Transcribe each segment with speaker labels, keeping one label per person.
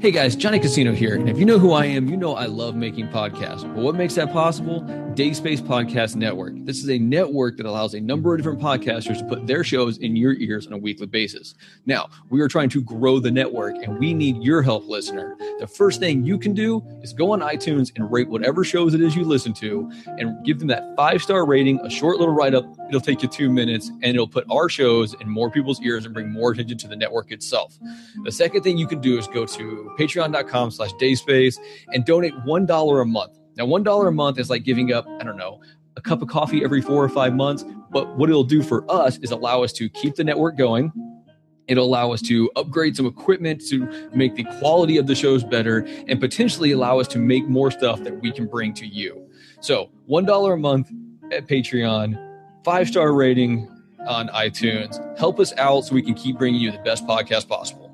Speaker 1: Hey guys, Johnny Casino here. And if you know who I am, you know I love making podcasts. But what makes that possible? Dayspace Podcast Network. This is a network that allows a number of different podcasters to put their shows in your ears on a weekly basis. Now, we are trying to grow the network and we need your help, listener. The first thing you can do is go on iTunes and rate whatever shows it is you listen to and give them that five star rating, a short little write up. It'll take you two minutes and it'll put our shows in more people's ears and bring more attention to the network itself. The second thing you can do is go to patreon.com slash dayspace and donate $1 a month. Now, $1 a month is like giving up, I don't know, a cup of coffee every four or five months. But what it'll do for us is allow us to keep the network going. It'll allow us to upgrade some equipment to make the quality of the shows better and potentially allow us to make more stuff that we can bring to you. So, $1 a month at Patreon, five star rating on iTunes. Help us out so we can keep bringing you the best podcast possible.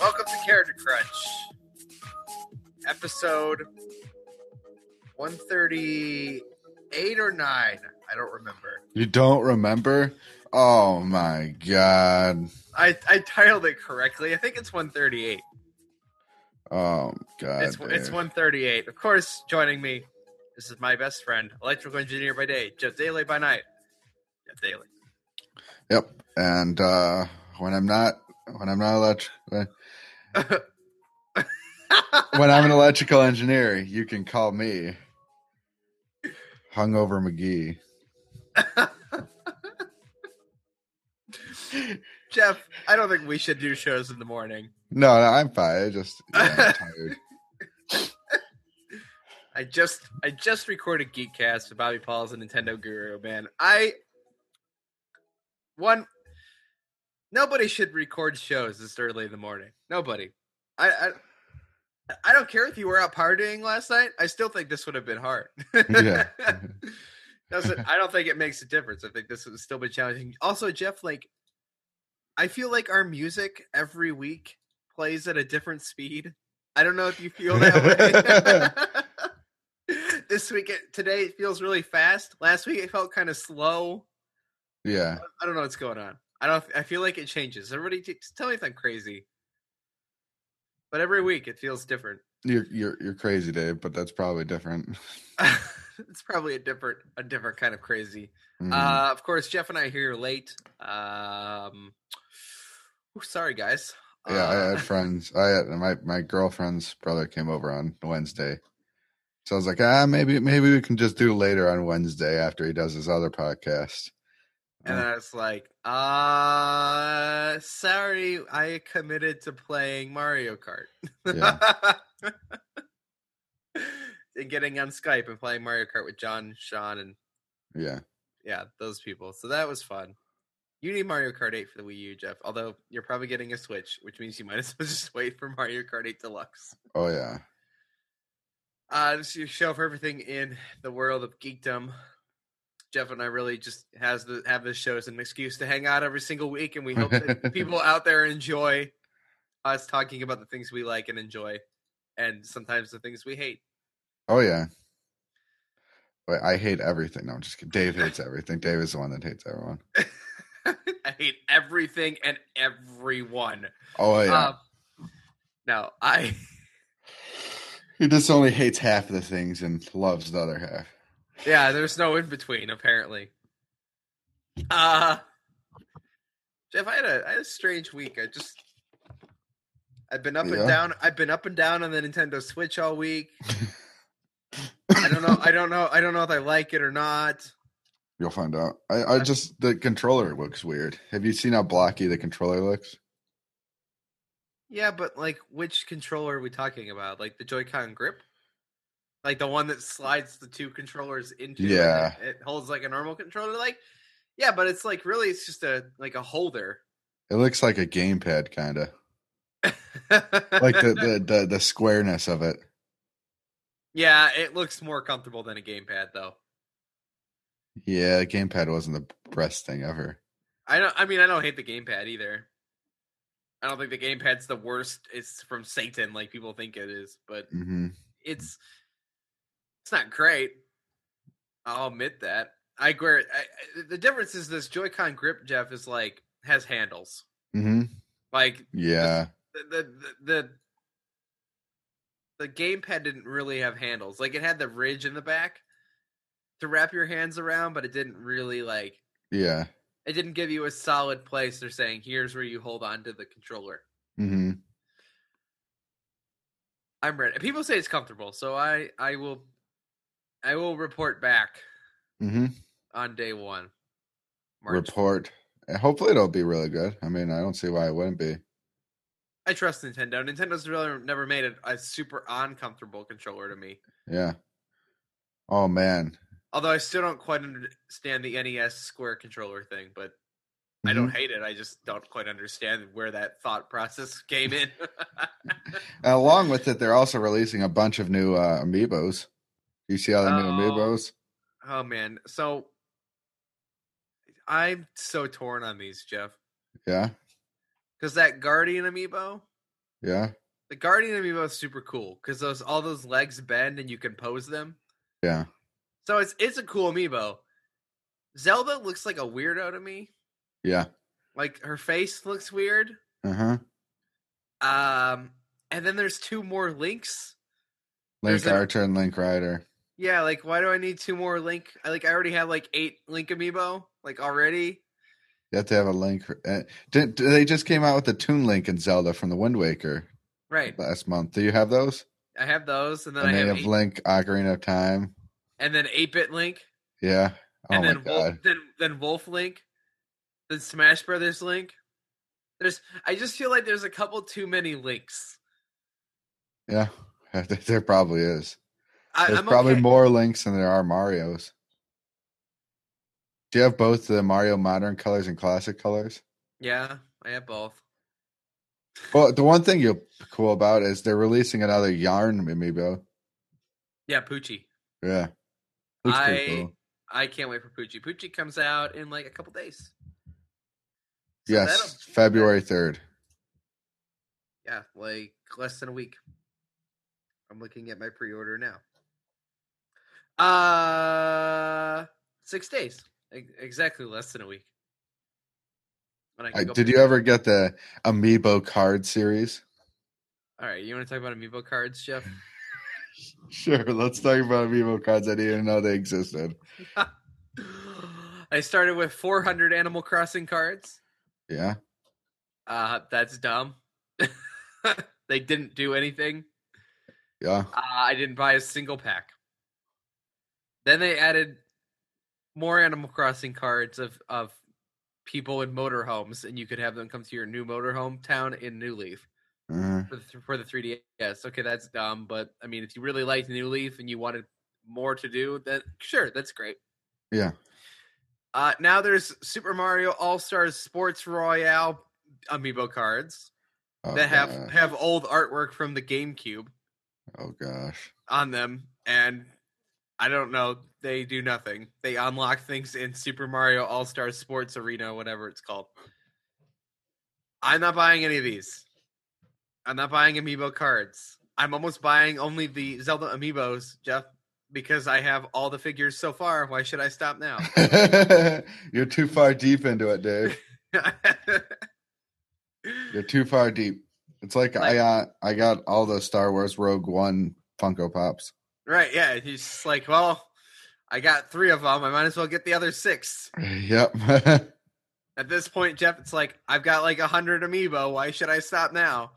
Speaker 2: Welcome to Character Crunch, episode 138 or 9. I don't remember.
Speaker 3: You don't remember? Oh my god.
Speaker 2: I, I titled it correctly. I think it's 138.
Speaker 3: Oh god.
Speaker 2: It's, it's
Speaker 3: dude.
Speaker 2: 138. Of course, joining me, this is my best friend, electrical engineer by day, Jeff Daly by night. Jeff Daly.
Speaker 3: Yep. And uh when I'm not when I'm not electric when I'm an electrical engineer, you can call me Hungover McGee.
Speaker 2: Jeff, I don't think we should do shows in the morning.
Speaker 3: No, no I'm fine. I just yeah, I'm tired.
Speaker 2: I just I just recorded Geekcast with Bobby Paul as a Nintendo guru, man. I one nobody should record shows this early in the morning. Nobody. I I, I don't care if you were out partying last night. I still think this would have been hard.
Speaker 3: Yeah.
Speaker 2: Doesn't I don't think it makes a difference. I think this would still be challenging. Also, Jeff, like I feel like our music every week plays at a different speed. I don't know if you feel that way. this week, it, today, it feels really fast. Last week, it felt kind of slow.
Speaker 3: Yeah.
Speaker 2: I don't know what's going on. I don't. I feel like it changes. Everybody, t- just tell me if I'm crazy. But
Speaker 3: Mm.
Speaker 2: every week, it feels different.
Speaker 3: You're you're you're crazy, Dave, but that's probably different.
Speaker 2: it's probably a different, a different kind of crazy.
Speaker 3: Mm.
Speaker 2: Uh, of course, Jeff and I are here late. Um, ooh, sorry, guys.
Speaker 3: yeah, I
Speaker 2: Uh,
Speaker 3: had friends. I had my, my girlfriend's brother came over on Wednesday. So I was like, ah, maybe maybe we can just do later on Wednesday after he does his other podcast.
Speaker 2: and I was like, uh, sorry, I committed to playing Mario Kart.
Speaker 3: Yeah.
Speaker 2: and getting on Skype and playing Mario Kart with John, Sean, and
Speaker 3: Yeah.
Speaker 2: yeah, those people. So that was fun. You need Mario Kart 8 for the Wii U, Jeff. Although you're probably getting a Switch, which means you might as well just wait for Mario Kart 8 Deluxe.
Speaker 3: Oh yeah.
Speaker 2: Uh, this is your show for everything in the world of geekdom. Jeff and I really just has the have this show as an excuse to hang out every single week, and we hope that people out there enjoy us talking about the things we like and enjoy, and sometimes the things we hate.
Speaker 3: Oh yeah. Wait, I hate everything. No, I'm just kidding. Dave hates everything. Dave is the one that hates everyone.
Speaker 2: I hate everything and everyone.
Speaker 3: Oh yeah.
Speaker 2: Um, no, I
Speaker 3: he just only hates half of the things and loves the other half.
Speaker 2: yeah, there's no in between apparently. Uh Jeff, I had a I had a strange week. I just I've been up
Speaker 3: Yeah.
Speaker 2: and down. I've been up and down on the Nintendo Switch all week. I don't know. I don't know. I don't know if I like it or not.
Speaker 3: You'll find out. I, I just the controller looks weird. Have you seen how blocky the controller looks?
Speaker 2: Yeah, but like, which controller are we talking about? Like the Joy-Con grip, like the one that slides the two controllers into. and
Speaker 3: Yeah.
Speaker 2: it, it holds like a normal controller. Like, yeah, but it's like really, it's just a like a holder.
Speaker 3: It looks like a gamepad kinda. like the, the the the squareness of it.
Speaker 2: yeah, it looks more comfortable than a gamepad though.
Speaker 3: Yeah, gamepad wasn't the best thing ever.
Speaker 2: I don't. I mean, I don't hate the gamepad either. I don't think the gamepad's the worst. It's from Satan, like people think it is, but
Speaker 3: hmm
Speaker 2: it's it's not great. I'll admit that. I agree. I, I- the difference is this Joy-Con grip, Jeff, is like has handles.
Speaker 3: hmm
Speaker 2: Like
Speaker 3: Yeah.
Speaker 2: the the the the gamepad didn't really have handles. Like it had the ridge in the back to wrap your hands around, but it didn't really like
Speaker 3: Yeah.
Speaker 2: it didn't give you a solid place. They're saying here's where you hold on to the controller.
Speaker 3: hmm
Speaker 2: I'm ready. People say it's comfortable, so I I will I will report back
Speaker 3: hmm
Speaker 2: on day one.
Speaker 3: Report. And Hopefully it'll be really good. I mean, I don't see why it wouldn't be.
Speaker 2: I trust Nintendo. Nintendo's really never made a, a super uncomfortable controller to me.
Speaker 3: Yeah. Oh man.
Speaker 2: Although I still don't quite understand the NES square controller thing, but I don't hate it. I just don't quite understand where that thought process came in.
Speaker 3: And along with it, they're also releasing a bunch of new uh, amiibos. You see all the new
Speaker 2: Oh.
Speaker 3: amiibos?
Speaker 2: oh man, so I'm so torn on these, Jeff,
Speaker 3: Yeah.
Speaker 2: because that Guardian amiibo,
Speaker 3: Yeah.
Speaker 2: the Guardian amiibo is super cool because those all those legs bend and you can pose them.
Speaker 3: Yeah.
Speaker 2: So it's it's a cool amiibo. Zelda looks like a weirdo to me.
Speaker 3: Yeah.
Speaker 2: Like her face looks weird.
Speaker 3: Uh huh.
Speaker 2: Um, and then there's two more links.
Speaker 3: Link
Speaker 2: There's an-
Speaker 3: Archer and Link Rider.
Speaker 2: Yeah, like why do I need two more Link? I like I already have like eight Link amiibo, like already.
Speaker 3: You have to have a link. for- uh, did, did- they just came out with the Toon Link and Zelda from the Wind Waker
Speaker 2: Right.
Speaker 3: last month. Do you have those?
Speaker 2: I have those, and then
Speaker 3: and
Speaker 2: I
Speaker 3: they
Speaker 2: have,
Speaker 3: have
Speaker 2: eight,
Speaker 3: Link Ocarina of Time.
Speaker 2: and then eight bit Link,
Speaker 3: Yeah. Oh
Speaker 2: and
Speaker 3: my
Speaker 2: then Wolf,
Speaker 3: god.
Speaker 2: then then Wolf Link, then Smash Brothers Link. There's I just feel like there's a couple too many links.
Speaker 3: Yeah. there probably is.
Speaker 2: I,
Speaker 3: There's
Speaker 2: I'm
Speaker 3: probably
Speaker 2: okay.
Speaker 3: more links than there are Mario's. Do you have both the Mario modern colors and classic colors?
Speaker 2: Yeah, I have both.
Speaker 3: Well, the one thing you're cool about is they're releasing another yarn amiibo.
Speaker 2: Yeah, Poochie.
Speaker 3: Yeah. Looks pretty
Speaker 2: I- I can't wait for Poochie. Poochie comes out in like a couple days. So that'll-
Speaker 3: yes, February 3rd.
Speaker 2: Yeah, like less than a week. I'm looking at my pre-order now. Uh, six days, E- exactly less than a week. When I
Speaker 3: I,
Speaker 2: can go
Speaker 3: did
Speaker 2: pick-
Speaker 3: you ever get the amiibo card series?
Speaker 2: All right, you want to talk about amiibo cards, Jeff?
Speaker 3: Sure, let's talk about amiibo cards. I didn't even know they existed.
Speaker 2: I started with 400 Animal Crossing cards.
Speaker 3: Yeah.
Speaker 2: Uh, that's dumb. they didn't do anything.
Speaker 3: Yeah.
Speaker 2: Uh, I didn't buy a single pack. Then they added more Animal Crossing cards of of people in motorhomes, and you could have them come to your new motorhome town in New Leaf
Speaker 3: Uh-huh.
Speaker 2: for the, th- for the 3DS. Okay, that's dumb, but I mean, if you really liked New Leaf and you wanted more to do, then sure, that's great.
Speaker 3: Yeah.
Speaker 2: Uh, now there's Super Mario All Stars Sports Royale amiibo cards
Speaker 3: Oh,
Speaker 2: that have
Speaker 3: God.
Speaker 2: have old artwork from the GameCube
Speaker 3: Oh gosh.
Speaker 2: on them and I don't know, they do nothing. They unlock things in Super Mario All Star Sports Arena, whatever it's called. I'm not buying any of these. I'm not buying amiibo cards. I'm almost buying only the Zelda amiibos, Jeff, because I have all the figures so far. Why should I stop now?
Speaker 3: You're too far deep into it, Dave. You're too far deep. It's like, I
Speaker 2: Like-
Speaker 3: got I got all the Star Wars Rogue One Funko Pops.
Speaker 2: right, yeah. He's just like, well, I got three of them. I might as well get the other six.
Speaker 3: Yep.
Speaker 2: At this point, Jeff, it's like I've got like a hundred amiibo. Why should I stop now?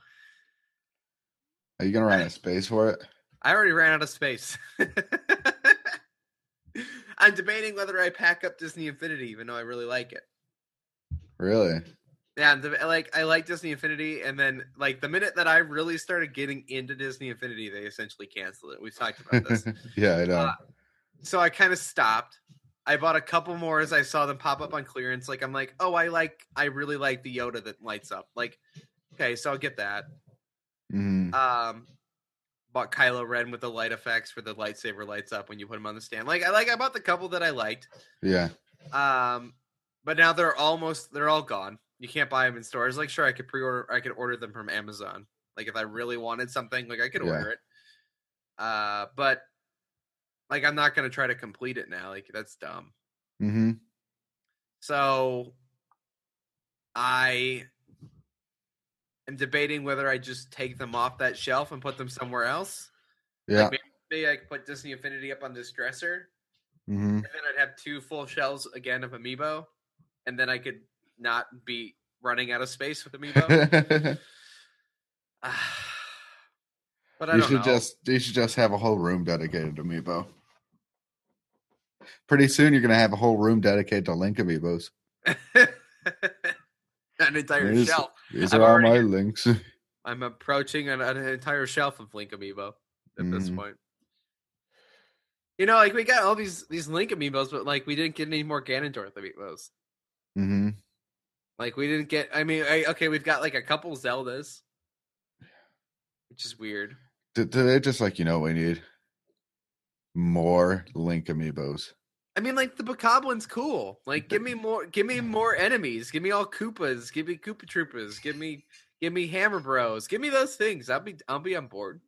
Speaker 3: Are you gonna run a space for it?
Speaker 2: I already ran out of space. I'm debating whether I pack up Disney Infinity, even though I really like it.
Speaker 3: Really?
Speaker 2: Yeah, I'm deb- like I like Disney Infinity, and then like the minute that I really started getting into Disney Infinity, they essentially canceled it. We've talked about this,
Speaker 3: yeah, I know.
Speaker 2: Uh, so I kind of stopped. I bought a couple more as I saw them pop up on clearance. Like I'm like, oh, I like, I really like the Yoda that lights up. Like, okay, so I'll get that.
Speaker 3: Mhm.
Speaker 2: um bought Kylo Ren with the light effects where the lightsaber lights up when you put him on the stand. Like I like I bought the couple that I liked.
Speaker 3: Yeah.
Speaker 2: Um but now they're almost they're all gone. you can't buy them in stores. Like, sure, I could pre-order, I could order them from Amazon. Like, if I really wanted something, like I could
Speaker 3: Yeah.
Speaker 2: order it. Uh, but like, I'm not gonna try to complete it now. Like, that's dumb.
Speaker 3: Mm-hmm.
Speaker 2: So, I am debating whether I just take them off that shelf and put them somewhere else.
Speaker 3: Yeah.
Speaker 2: Maybe I could put Disney Infinity up on this dresser,
Speaker 3: Mm-hmm.
Speaker 2: and then I'd have two full shelves again of Amiibo, and then I could not be running out of space with Amiibo. Ah, but I
Speaker 3: you
Speaker 2: don't
Speaker 3: should
Speaker 2: know.
Speaker 3: just you should just have a whole room dedicated to Amiibo. Pretty soon, you're gonna have a whole room dedicated to Link Amiibos.
Speaker 2: an entire
Speaker 3: It is-
Speaker 2: shelf.
Speaker 3: These
Speaker 2: I've
Speaker 3: are all
Speaker 2: already-
Speaker 3: my links.
Speaker 2: I'm approaching an, an entire shelf of Link Amiibo at this
Speaker 3: Mhm.
Speaker 2: point. You know, like we got all these these Link Amiibos, but like we didn't get any more Ganondorf Amiibos.
Speaker 3: Mm-hmm.
Speaker 2: Like we didn't get. I mean, I, okay, we've got like a couple Zeldas, which is weird.
Speaker 3: Did, did they just like you know what we need more Link Amiibos?
Speaker 2: I mean, like the Bacoblin's cool. Like, give me more. Give me more enemies. Give me all Koopas. Give me Koopa Troopas. Give me, give me Hammer Bros. Give me those things. I'll be, I'll be on board.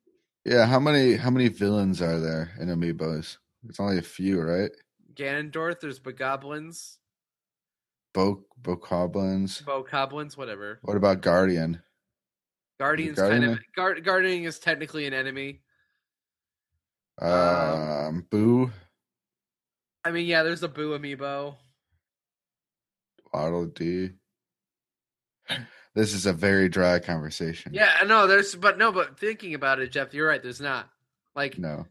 Speaker 3: Yeah. How many how many villains are there in Amiibos? It's only a few, right?
Speaker 2: Ganondorf. There's Bogoblins,
Speaker 3: Bo Bokoblins.
Speaker 2: Bocoblins, whatever.
Speaker 3: What about Guardian?
Speaker 2: Guardians
Speaker 3: Guardian
Speaker 2: kind of
Speaker 3: a-
Speaker 2: guard, guarding is technically an enemy.
Speaker 3: Um,
Speaker 2: Um,
Speaker 3: Boo,
Speaker 2: I mean, yeah, there's a Boo amiibo.
Speaker 3: Waddle D. This is a very dry conversation.
Speaker 2: Yeah, I know there's, but no, but thinking about it, Jeff, you're right. There's not like,
Speaker 3: No.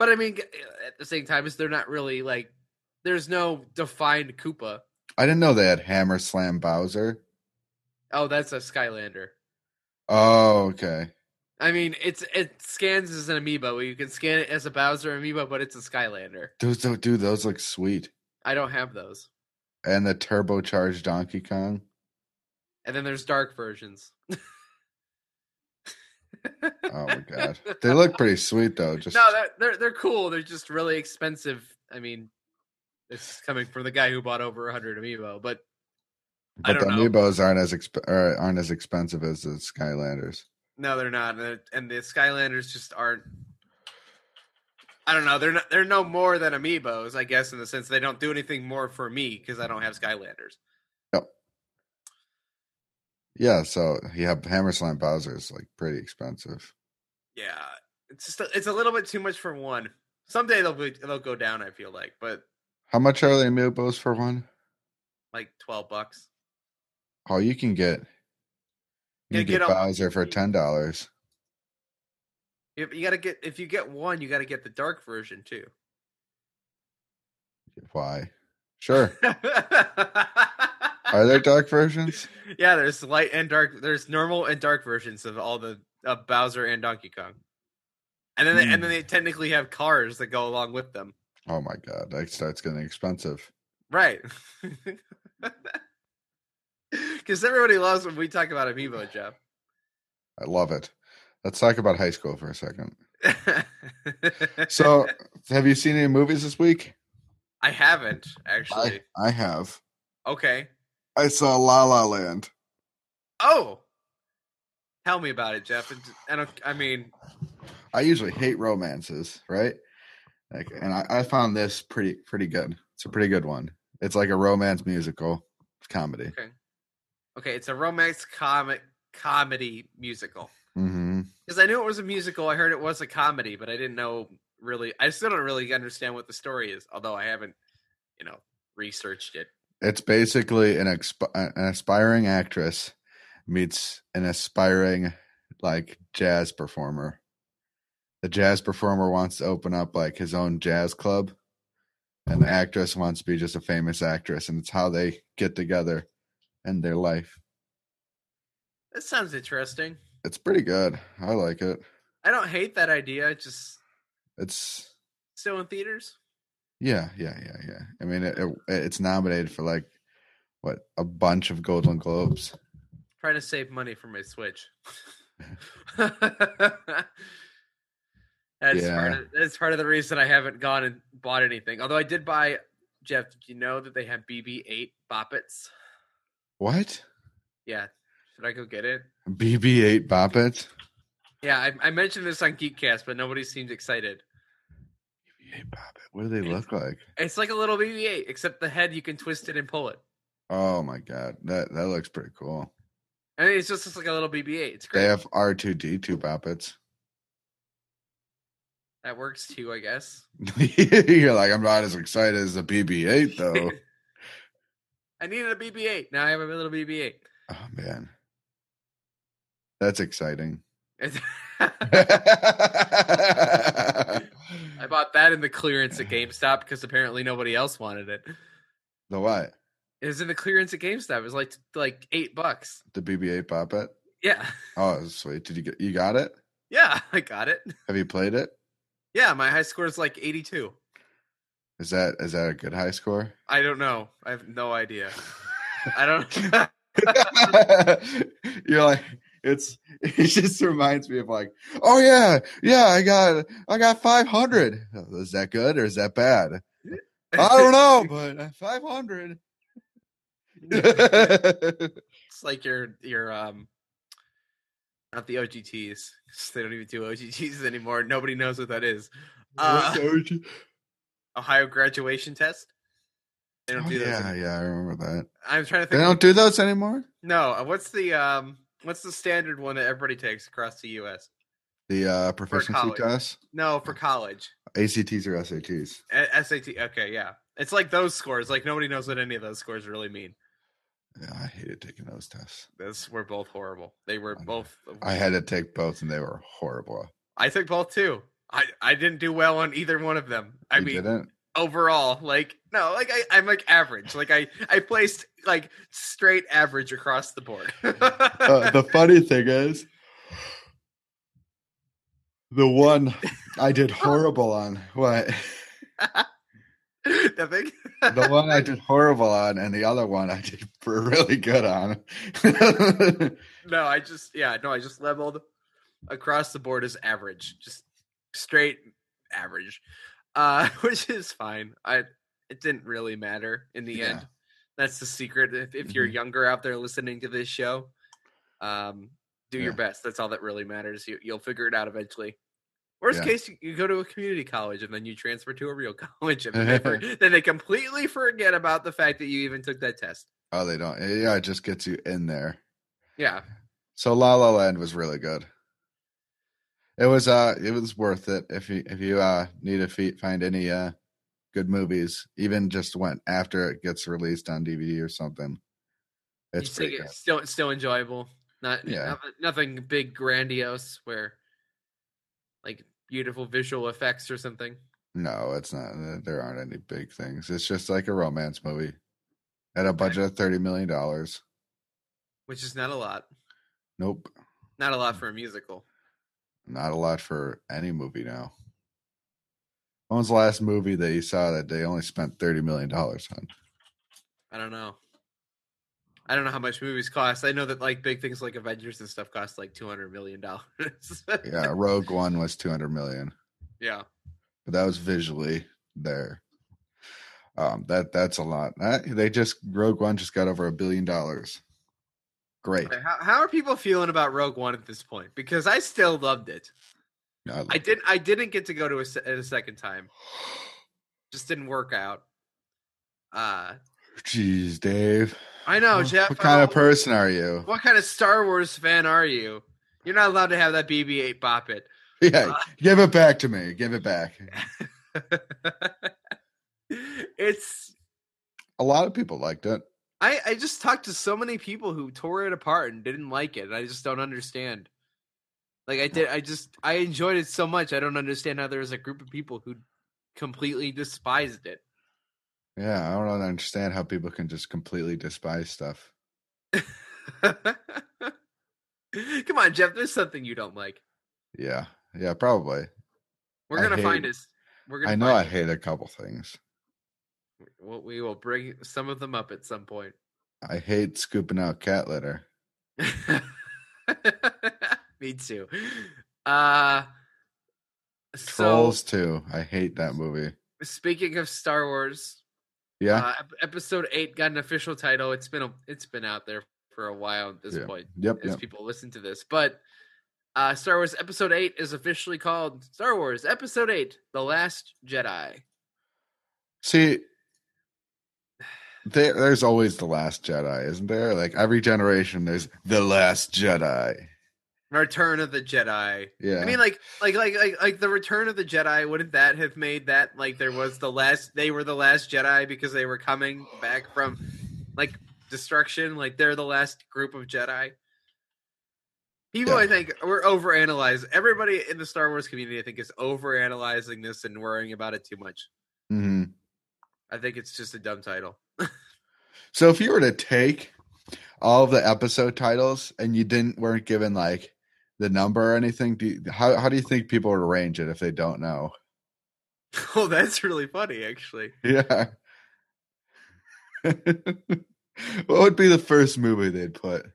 Speaker 2: but I mean, g- at the same time, is they're not really like, there's no defined Koopa.
Speaker 3: I didn't know they had Hammer Slam Bowser.
Speaker 2: Oh, that's a Skylander.
Speaker 3: Oh, okay.
Speaker 2: I mean, it's it scans as an amiibo. You can scan it as a Bowser amiibo, but it's a Skylander.
Speaker 3: Those don't do those look sweet.
Speaker 2: I don't have those.
Speaker 3: And the turbocharged Donkey Kong.
Speaker 2: And then there's dark versions.
Speaker 3: Oh my god. they look pretty sweet though. Just
Speaker 2: No, they're, they're they're cool. They're just really expensive. I mean, this is coming from the guy who bought over 100 amiibo, but I
Speaker 3: but the
Speaker 2: don't know.
Speaker 3: amiibos aren't as exp- or aren't as expensive as the Skylanders.
Speaker 2: no, they're not. And the- And the Skylanders just aren't. I don't know. They're not. They're no more than amiibos, I guess, in the sense they don't do anything more for me because I don't have Skylanders.
Speaker 3: Yeah, so yeah, Hammer Slam Bowser is like pretty expensive.
Speaker 2: Yeah, it's just a, it's a little bit too much for one. Someday they'll be, they'll go down. I feel like, but
Speaker 3: How much are the amiibos for one?
Speaker 2: like 12 bucks.
Speaker 3: Oh, you can get
Speaker 2: Yeah,
Speaker 3: you can
Speaker 2: get
Speaker 3: get,
Speaker 2: a-
Speaker 3: Bowser for ten dollars.
Speaker 2: You, you gotta get if you get one, you gotta get the dark version too.
Speaker 3: Why? Sure. Are there dark versions?
Speaker 2: Yeah, there's light and dark. There's normal and dark versions of all the of Bowser and Donkey Kong, and then they, and then they
Speaker 3: Hmm.
Speaker 2: technically have cars that go along with them.
Speaker 3: Oh my god, that starts getting expensive.
Speaker 2: Right. Because everybody loves when we talk about Amiibo, Jeff.
Speaker 3: I love it. Let's talk about high school for a second. So, have you seen any movies this week?
Speaker 2: I haven't
Speaker 3: I,
Speaker 2: actually.
Speaker 3: I have.
Speaker 2: Okay.
Speaker 3: I saw La La Land.
Speaker 2: Oh, tell me about it, Jeff. And I don't. I mean,
Speaker 3: I usually hate romances, right? Like, and I, I found this pretty pretty good. It's a pretty good one. It's like a romance musical comedy.
Speaker 2: okay, it's a romance comic comedy musical.
Speaker 3: Mm-hmm.
Speaker 2: Because I knew it was a musical. I heard it was a comedy, but I didn't know really. I still don't really understand what the story is, although I haven't, you know, researched it.
Speaker 3: It's basically an exp- an aspiring actress meets an aspiring like jazz performer. The jazz performer wants to open up like his own jazz club, and the actress wants to be just a famous actress, and it's how they get together and their life.
Speaker 2: That sounds interesting.
Speaker 3: It's pretty good. I like it.
Speaker 2: I don't hate that idea. it's Just
Speaker 3: It's
Speaker 2: still in theaters.
Speaker 3: yeah, yeah, yeah, yeah. I mean, it, it it's nominated for like what a bunch of Golden Globes.
Speaker 2: Trying to save money for my Switch. that's
Speaker 3: Yeah.
Speaker 2: part of, that's part of the reason I haven't gone and bought anything. Although I did buy Jeff. Did you know that they have BB-8 boppets?
Speaker 3: What?
Speaker 2: Yeah. Should I go get it?
Speaker 3: BB8 Bop It.
Speaker 2: Yeah, I, I mentioned this on Geekcast, but nobody seemed excited.
Speaker 3: BB8 Bop It. What do they look like?
Speaker 2: It's like a little BB-8, except the head you can twist it and pull it.
Speaker 3: Oh my god, that that looks pretty cool.
Speaker 2: I mean, it's just it's like a little BB-8. It's great.
Speaker 3: They have R2D2 Boppets.
Speaker 2: that works too, I guess.
Speaker 3: You're like, I'm not as excited as the BB8 though.
Speaker 2: I needed a BB-8. Now I have a little BB-8.
Speaker 3: oh man, that's exciting.
Speaker 2: It's- I
Speaker 3: the
Speaker 2: bought that in the clearance
Speaker 3: Uh-huh.
Speaker 2: at GameStop because apparently nobody else wanted it.
Speaker 3: what?
Speaker 2: It was in the clearance at GameStop. It was like like eight bucks.
Speaker 3: The BB8 Bop It.
Speaker 2: Yeah,
Speaker 3: Oh, sweet. Did you get you got it?
Speaker 2: yeah, I got it.
Speaker 3: Have you played it?
Speaker 2: Yeah, my high score is like eighty-two.
Speaker 3: Is that is that a good high score?
Speaker 2: I don't know. I have no idea. I don't.
Speaker 3: You're like it's it just reminds me of like, oh yeah, yeah, I got I got five hundred. Oh, Is that good or is that bad? I don't know, but five hundred.
Speaker 2: Uh, it's like your your um, not the OGTs. 'cause They don't even do OGTs anymore. Nobody knows what that is. Uh, Ohio graduation test. They don't
Speaker 3: Oh,
Speaker 2: do those.
Speaker 3: yeah,
Speaker 2: any-
Speaker 3: yeah, I remember that.
Speaker 2: I'm trying to
Speaker 3: They
Speaker 2: think.
Speaker 3: don't do those anymore.
Speaker 2: No, uh, what's the um what's the standard one that everybody takes across the US?
Speaker 3: The uh, proficiency
Speaker 2: college.
Speaker 3: tests,
Speaker 2: No, for college.
Speaker 3: ACTs or SATs.
Speaker 2: A- SAT. Okay, yeah. It's like those scores. Like nobody knows what any of those scores really mean.
Speaker 3: Yeah, I hated taking those tests.
Speaker 2: Those were both horrible. They were
Speaker 3: I know.
Speaker 2: both
Speaker 3: I had to take both, and they were horrible.
Speaker 2: I took both too. I I didn't do well on either one of them. I
Speaker 3: You
Speaker 2: mean,
Speaker 3: didn't.
Speaker 2: overall, like no, like I I'm like average. Like I I placed like straight average across the board.
Speaker 3: uh, the funny thing is, the one I did horrible on, what?
Speaker 2: Nothing.
Speaker 3: The one I did horrible on, and the other one I did really good on. yeah,
Speaker 2: No, I just yeah, no, I just leveled across the board as average, just straight average, uh, which is fine. I it didn't really matter in the
Speaker 3: Yeah.
Speaker 2: end. That's the secret. If, if you're
Speaker 3: Mhm.
Speaker 2: younger out there listening to this show, um, do your
Speaker 3: Yeah.
Speaker 2: best. That's all that really matters. You, you'll figure it out eventually. Worst
Speaker 3: Yeah.
Speaker 2: case, you- you go to a community college and then you transfer to a real college, and then they, for, then they completely forget about the fact that you even took that test.
Speaker 3: oh, they don't. Yeah, it just gets you in there.
Speaker 2: Yeah,
Speaker 3: So La La Land was really good. It was uh, it was worth it if you if you uh need to fe- find any uh good movies, even just when after it gets released on DVD or something. It's
Speaker 2: you
Speaker 3: pretty
Speaker 2: think
Speaker 3: good.
Speaker 2: it's still still enjoyable. Not
Speaker 3: Yeah.
Speaker 2: nothing, nothing big grandiose where like beautiful visual effects or something.
Speaker 3: No, it's not. uh, There aren't any big things. It's just like a romance movie at a budget of thirty million dollars.
Speaker 2: Which is not a lot.
Speaker 3: Nope,
Speaker 2: Not a lot
Speaker 3: Hmm.
Speaker 2: for a musical.
Speaker 3: not a lot for any movie now. When was the last movie that you saw that they only spent thirty million dollars on?
Speaker 2: I don't know. I don't know how much movies cost. I know that like big things like Avengers and stuff cost like two hundred million dollars.
Speaker 3: Yeah, Rogue One was two hundred million.
Speaker 2: yeah.
Speaker 3: but that was visually there. Um, that that's a lot. Uh, they just Rogue One just got over a billion dollars. Great,
Speaker 2: Okay, How, how are people feeling about Rogue One at this point? Because I still loved it.
Speaker 3: I,
Speaker 2: I didn't. I didn't get to go to a, se- a second time. Just didn't work out. Uh
Speaker 3: Jeez, Dave.
Speaker 2: I know,
Speaker 3: Oh,
Speaker 2: Jeff.
Speaker 3: What
Speaker 2: I
Speaker 3: kind of
Speaker 2: don't-
Speaker 3: person are you?
Speaker 2: What kind of Star Wars fan are you? You're not allowed to have that BB-8 bop it.
Speaker 3: Yeah,
Speaker 2: Uh,
Speaker 3: give it back to me. Give it back.
Speaker 2: it's
Speaker 3: A lot of people liked it.
Speaker 2: I I just talked to so many people who tore it apart and didn't like it. And I just don't understand. Like I did, I just I enjoyed it so much. I don't understand how there was a group of people who completely despised it.
Speaker 3: Yeah, I don't really understand how people can just completely despise stuff.
Speaker 2: Come on, Jeff. There's something you don't like.
Speaker 3: Yeah, yeah, probably.
Speaker 2: We're
Speaker 3: I
Speaker 2: gonna
Speaker 3: hate-
Speaker 2: find us. We're gonna.
Speaker 3: I know
Speaker 2: Find
Speaker 3: I hate a couple things.
Speaker 2: Well, we will bring some of them up at some point.
Speaker 3: I hate scooping out cat litter.
Speaker 2: Me too. Uh so
Speaker 3: Trolls too. I hate that movie.
Speaker 2: speaking of Star Wars,
Speaker 3: Yeah.
Speaker 2: uh, ep- episode 8 got an official title. It's been a, it's been out there for a while at this
Speaker 3: Yeah.
Speaker 2: point
Speaker 3: Yep.
Speaker 2: as
Speaker 3: yep.
Speaker 2: people listen to this. But uh, Star Wars Episode 8 is officially called Star Wars Episode 8 The Last Jedi.
Speaker 3: See, there, there's always the last Jedi, isn't there? Like every generation, there's the last Jedi.
Speaker 2: Return of the Jedi.
Speaker 3: Yeah.
Speaker 2: I mean, like, like, like, like, like the Return of the Jedi. Wouldn't that have made that like there was the last? They were the last Jedi because they were coming back from like destruction. Like they're the last group of Jedi. People,
Speaker 3: Yeah.
Speaker 2: I think, we're overanalyzing. Everybody in the Star Wars community, I think, is overanalyzing this and worrying about it too much.
Speaker 3: hmm
Speaker 2: I think it's just a dumb title.
Speaker 3: So if you were to take all of the episode titles and you didn't weren't given like the number or anything, do you, how how do you think people would arrange it if they don't know?
Speaker 2: Oh, that's really funny, actually.
Speaker 3: Yeah. what would be the first movie they'd put?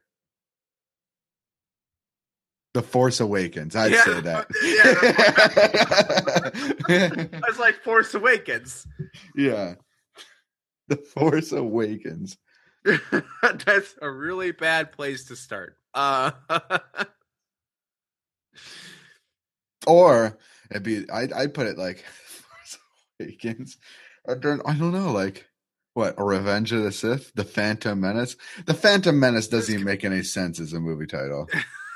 Speaker 3: The Force Awakens. I'd
Speaker 2: Yeah,
Speaker 3: say that.
Speaker 2: yeah. That's like Force Awakens.
Speaker 3: yeah. The Force Awakens.
Speaker 2: That's a really bad place to start. Uh,
Speaker 3: Or it'd be I'd I'd put it like Force Awakens. Or during, I don't know, like what, a Revenge of the Sith? The Phantom Menace? The Phantom Menace doesn't even make any sense as a movie title.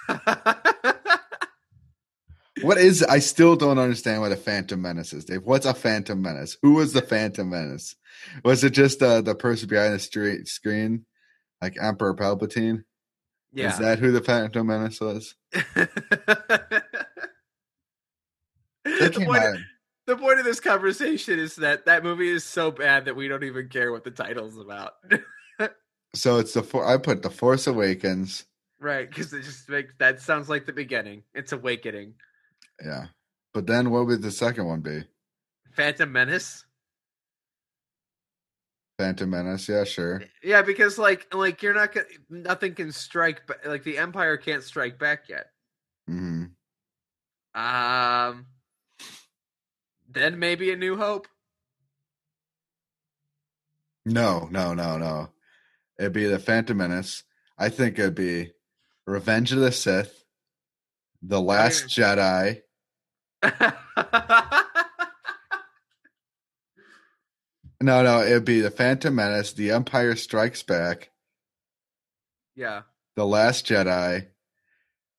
Speaker 3: What is I still don't understand what a phantom menace is, Dave. What's a phantom menace? Who was the phantom menace? Was it just uh, the person behind the street screen, like Emperor Palpatine? Is
Speaker 2: yeah.
Speaker 3: that who the phantom menace was? They
Speaker 2: the,
Speaker 3: came
Speaker 2: point,
Speaker 3: out-
Speaker 2: the point of this conversation is that that movie is so bad that we don't even care what the title's about.
Speaker 3: so it's the for, I put the Force Awakens.
Speaker 2: right, because it just makes that sounds like the beginning. It's awakening.
Speaker 3: Yeah, but then what would the second one be?
Speaker 2: Phantom Menace.
Speaker 3: Phantom Menace. Yeah, sure.
Speaker 2: Yeah, because like like you're not gonna nothing can strike ba- like the Empire can't strike back yet.
Speaker 3: hmm
Speaker 2: Um, then maybe a New Hope.
Speaker 3: No, no, no, no. It'd be the Phantom Menace. I think it'd be Revenge of the Sith, The Last Jedi. No, no, it'd be the Phantom Menace, The Empire Strikes Back,
Speaker 2: yeah,
Speaker 3: The Last Jedi,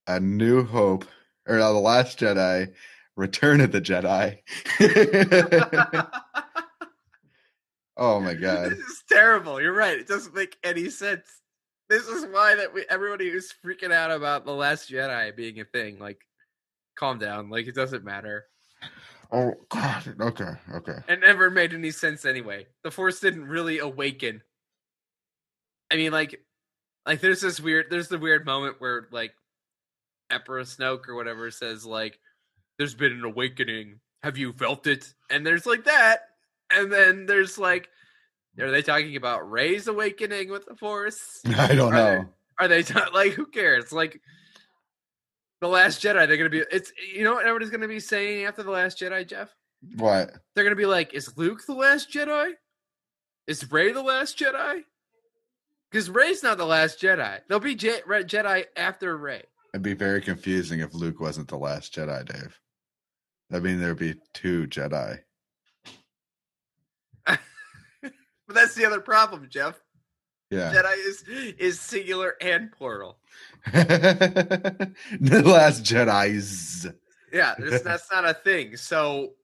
Speaker 3: A New Hope, or uh, The Last Jedi, Return of the Jedi. oh my god.
Speaker 2: this is terrible. You're right. It doesn't make any sense. This is why that we everybody who's freaking out about the Last Jedi being a thing. Like, calm down. Like it doesn't matter.
Speaker 3: Oh god. Okay, okay.
Speaker 2: It never made any sense anyway. The Force didn't really awaken. I mean, like, like there's this weird, there's the weird moment where like Emperor Snoke or whatever says like, "There's been an awakening. Have you felt it?" And there's like that, and then there's like, are they talking about Ray's awakening with the Force?
Speaker 3: I don't
Speaker 2: Are there-
Speaker 3: know.
Speaker 2: Are they ta- like who cares? Like the Last Jedi, they're gonna be. It's you know what everybody's gonna be saying after the Last Jedi, Jeff
Speaker 3: What?
Speaker 2: they're gonna be like, is Luke the last Jedi? Is Ray the last Jedi? Because Ray's not the last Jedi. There'll be Je- Re- Jedi after Ray.
Speaker 3: It'd be very confusing if Luke wasn't the last Jedi, Dave. I mean, there'd be two Jedi.
Speaker 2: But that's the other problem, Jeff.
Speaker 3: Yeah.
Speaker 2: Jedi is is singular and plural.
Speaker 3: the last Jedi's.
Speaker 2: Yeah, this, that's not a thing. So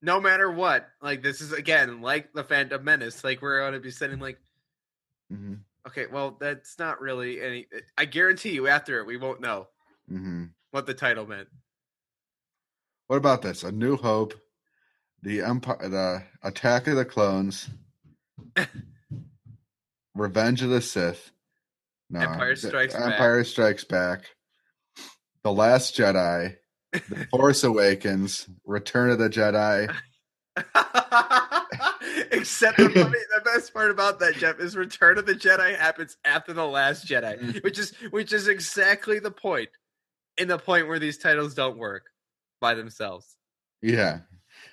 Speaker 2: no matter what, like this is again like the Phantom Menace. Like we're gonna be sitting like,
Speaker 3: hmm
Speaker 2: okay, well that's not really any. I guarantee you, after it, we won't know
Speaker 3: hmm
Speaker 2: what the title meant.
Speaker 3: What about this? A New Hope, the Empire, the Attack of the Clones, Revenge of the Sith, no,
Speaker 2: Empire
Speaker 3: the-
Speaker 2: Strikes Back.
Speaker 3: Empire Strikes Back, The Last Jedi, The Force Awakens, Return of the Jedi.
Speaker 2: Except the, funny, the best part about that, Jeff, is Return of the Jedi happens after the Last Jedi,
Speaker 3: Mhm.
Speaker 2: which is which is exactly the point, and the point where these titles don't work by themselves.
Speaker 3: Yeah,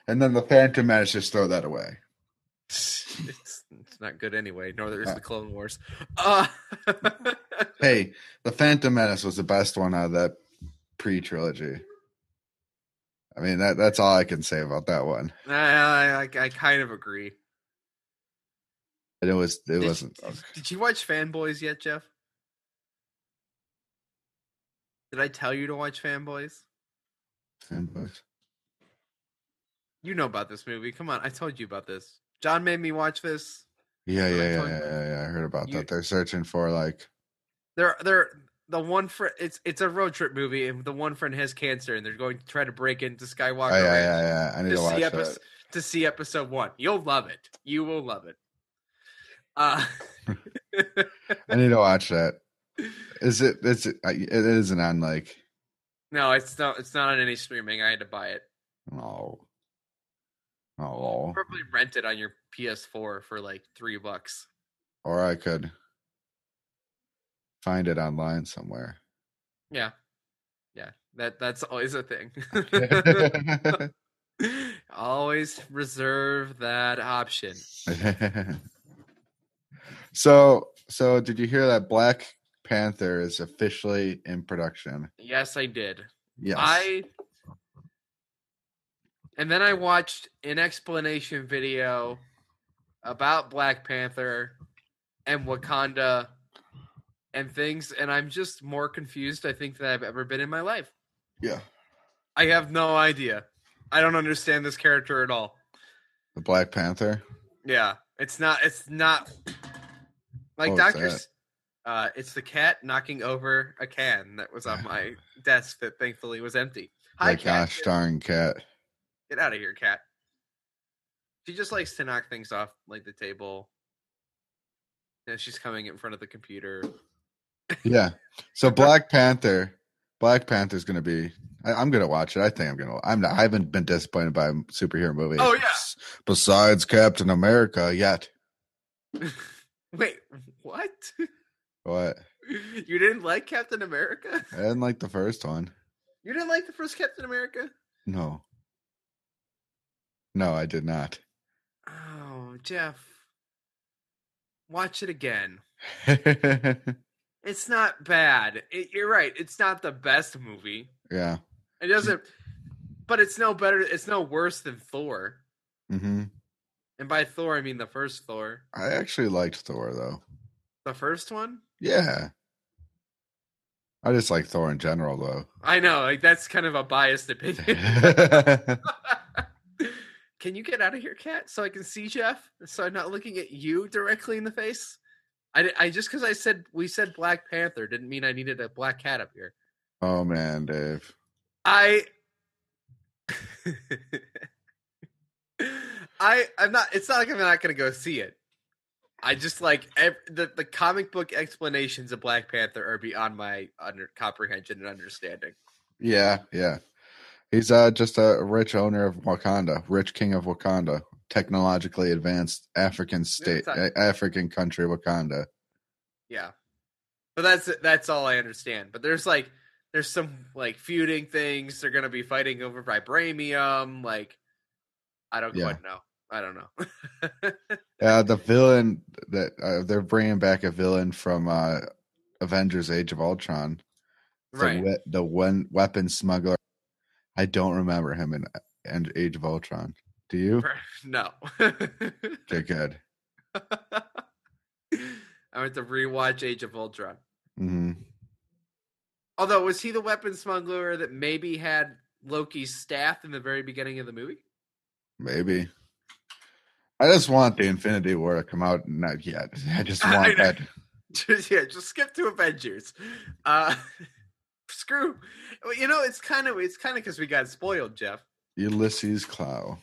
Speaker 3: and then the Phantom Menace. Just throw that away.
Speaker 2: It's- It's not good anyway. Nor is the Clone Wars. Uh,
Speaker 3: Hey, The Phantom Menace was the best one out of that pre trilogy. I mean that that's all I can say about that one.
Speaker 2: I, I, I- I kind of agree.
Speaker 3: And it was it
Speaker 2: Did-
Speaker 3: wasn't
Speaker 2: Did you watch Fanboys yet, Jeff? Did I tell you to watch Fanboys? You know about this movie. Come on, I told you about this. John made me watch this.
Speaker 3: Yeah, yeah,
Speaker 2: What I'm
Speaker 3: yeah, yeah,
Speaker 2: talking about.
Speaker 3: yeah, yeah. I heard about
Speaker 2: You-
Speaker 3: that. They're searching for like
Speaker 2: They're they're the one friend. It's it's a road trip movie, and the one friend has cancer, and they're going to try to break into Skywalker
Speaker 3: oh, yeah,
Speaker 2: Ranch.
Speaker 3: yeah, yeah. I need
Speaker 2: to
Speaker 3: to, watch
Speaker 2: see
Speaker 3: that.
Speaker 2: episode to see episode one. You'll love it. You will love it. Uh,
Speaker 3: I need to watch that. Is it? It's it isn't on like
Speaker 2: no, it's not. It's not on any streaming. I had to buy it.
Speaker 3: oh oh
Speaker 2: Probably rent it on your PS4 for like three bucks.
Speaker 3: or I could find it online somewhere.
Speaker 2: Yeah, yeah. That that's always a thing.
Speaker 3: yeah,
Speaker 2: always reserve that option.
Speaker 3: so so did you hear that Black Panther is officially in production?
Speaker 2: Yes, I did.
Speaker 3: Yes.
Speaker 2: I and then I watched an explanation video about Black Panther and Wakanda and things, and I'm just more confused I think than I've ever been in my life.
Speaker 3: yeah.
Speaker 2: I have no idea. I don't understand this character at all.
Speaker 3: The Black Panther.
Speaker 2: Yeah, it's not. It's not like
Speaker 3: What was
Speaker 2: Doctor.
Speaker 3: that?
Speaker 2: S- Uh, it's the cat knocking over a can that was on my desk that thankfully was empty. Hi,
Speaker 3: That
Speaker 2: cat.
Speaker 3: Oh gosh darn cat.
Speaker 2: Get out of here, cat. She just likes to knock things off like the table. And she's coming in front of the computer.
Speaker 3: Yeah. So Black Panther, Black Panther's going to be. I, I'm going to watch it. I think I'm going to. I'm not. I haven't been disappointed by a superhero movie.
Speaker 2: Oh, yeah.
Speaker 3: s- Besides Captain America, yet.
Speaker 2: Wait, what?
Speaker 3: What?
Speaker 2: You didn't like Captain America?
Speaker 3: I didn't like the first one.
Speaker 2: You didn't like the first Captain America?
Speaker 3: No. No, I did not.
Speaker 2: Oh, Jeff. Watch it again.
Speaker 3: yeah.
Speaker 2: It's not bad. It, you're right. It's not the best movie. It doesn't, but it's no better. It's no worse than Thor.
Speaker 3: hmm
Speaker 2: And by Thor, I mean the first Thor.
Speaker 3: I actually liked Thor though.
Speaker 2: The first one?
Speaker 3: Yeah. I just like Thor in general though.
Speaker 2: I know, like that's kind of a biased opinion.
Speaker 3: yeah,
Speaker 2: can you get out of here, cat, so I can see Jeff, so I'm not looking at you directly in the face? I, di- I just because I said we said Black Panther didn't mean I needed a black cat up here.
Speaker 3: Oh man, Dave.
Speaker 2: I, I, I'm not. It's not like I'm not going to go see it. I just like ev- the the comic book explanations of Black Panther are beyond my under comprehension and understanding.
Speaker 3: Yeah, yeah. He's uh, just a rich owner of Wakanda, rich king of Wakanda, technologically advanced African state,
Speaker 2: not-
Speaker 3: uh, African country, Wakanda.
Speaker 2: Yeah. But that's that's all I understand. But there's like there's some like feuding things. They're gonna be fighting over vibranium. Like I don't
Speaker 3: Yeah.
Speaker 2: quite know. I don't know.
Speaker 3: Uh, the villain that uh, they're bringing back a villain from uh, Avengers: Age of Ultron, the
Speaker 2: right.
Speaker 3: we- the one weapon smuggler. I don't remember him in, in Age of Ultron. Do you?
Speaker 2: No.
Speaker 3: Okay, good.
Speaker 2: I went to rewatch Age of Ultron.
Speaker 3: hmm
Speaker 2: Although was he the weapon smuggler that maybe had Loki's staff in the very beginning of the movie?
Speaker 3: Maybe. I just want the Infinity War to come out. Not yet. I just
Speaker 2: I
Speaker 3: want
Speaker 2: know.
Speaker 3: that.
Speaker 2: just, yeah, just skip to Avengers. Uh, screw. Well, You know, it's kind of it's kind of because we got spoiled, Jeff.
Speaker 3: Ulysses Clow.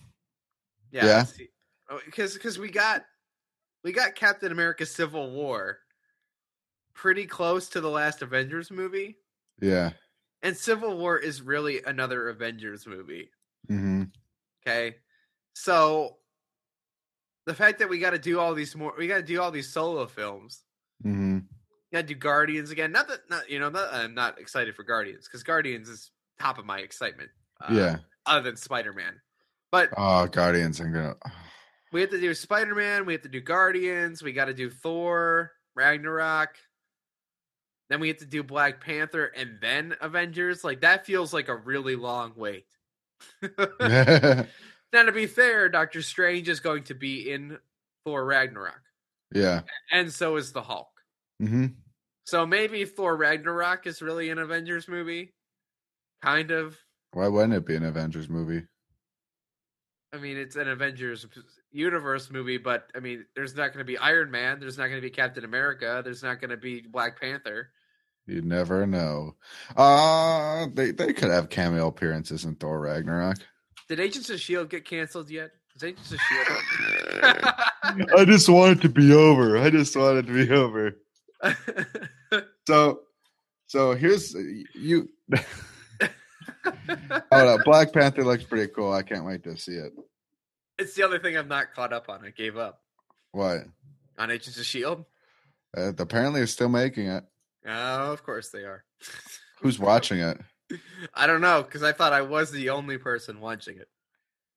Speaker 3: Yeah.
Speaker 2: Yeah. Because because we got we got Captain America: Civil War pretty close to the last Avengers movie,
Speaker 3: Yeah.
Speaker 2: and Civil War is really another Avengers movie.
Speaker 3: Mm-hmm.
Speaker 2: Okay, so the fact that we got to do all these more, we got to do all these solo films.
Speaker 3: Mm-hmm.
Speaker 2: got to do Guardians again. Not that, not you know, not, I'm not excited for Guardians because Guardians is top of my excitement. Uh,
Speaker 3: yeah.
Speaker 2: Other than Spider Man, but
Speaker 3: Oh, Guardians! I'm gonna.
Speaker 2: We have to do Spider Man. We have to do Guardians. We got to do Thor, Ragnarok. Then we have to do Black Panther and then Avengers. Like that feels like a really long wait. now to be fair, Doctor Strange is going to be in Thor Ragnarok,
Speaker 3: yeah.
Speaker 2: and so is the Hulk.
Speaker 3: hmm
Speaker 2: So maybe Thor Ragnarok is really an Avengers movie. Kind of.
Speaker 3: Why wouldn't it be an Avengers movie?
Speaker 2: I mean, it's an Avengers universe movie, but I mean, there's not going to be Iron Man. There's not going to be Captain America. There's not going to be Black Panther.
Speaker 3: You never know. Uh they they could have cameo appearances in Thor Ragnarok.
Speaker 2: Did Agents of S.H.I.E.L.D. E get canceled yet? Is Agents of S.H.I.E.L.D.
Speaker 3: I just want it to be over. I just want it to be over. So so here's you oh, no, Black Panther looks pretty cool. I can't wait to see it.
Speaker 2: it's the other thing I'm not caught up on. I gave up
Speaker 3: What?
Speaker 2: on Agents of S.H.I.E.L.D.
Speaker 3: Uh, apparently, it's still making it.
Speaker 2: Oh, of course they are.
Speaker 3: Who's watching it?
Speaker 2: I don't know, because I thought I was the only person watching it.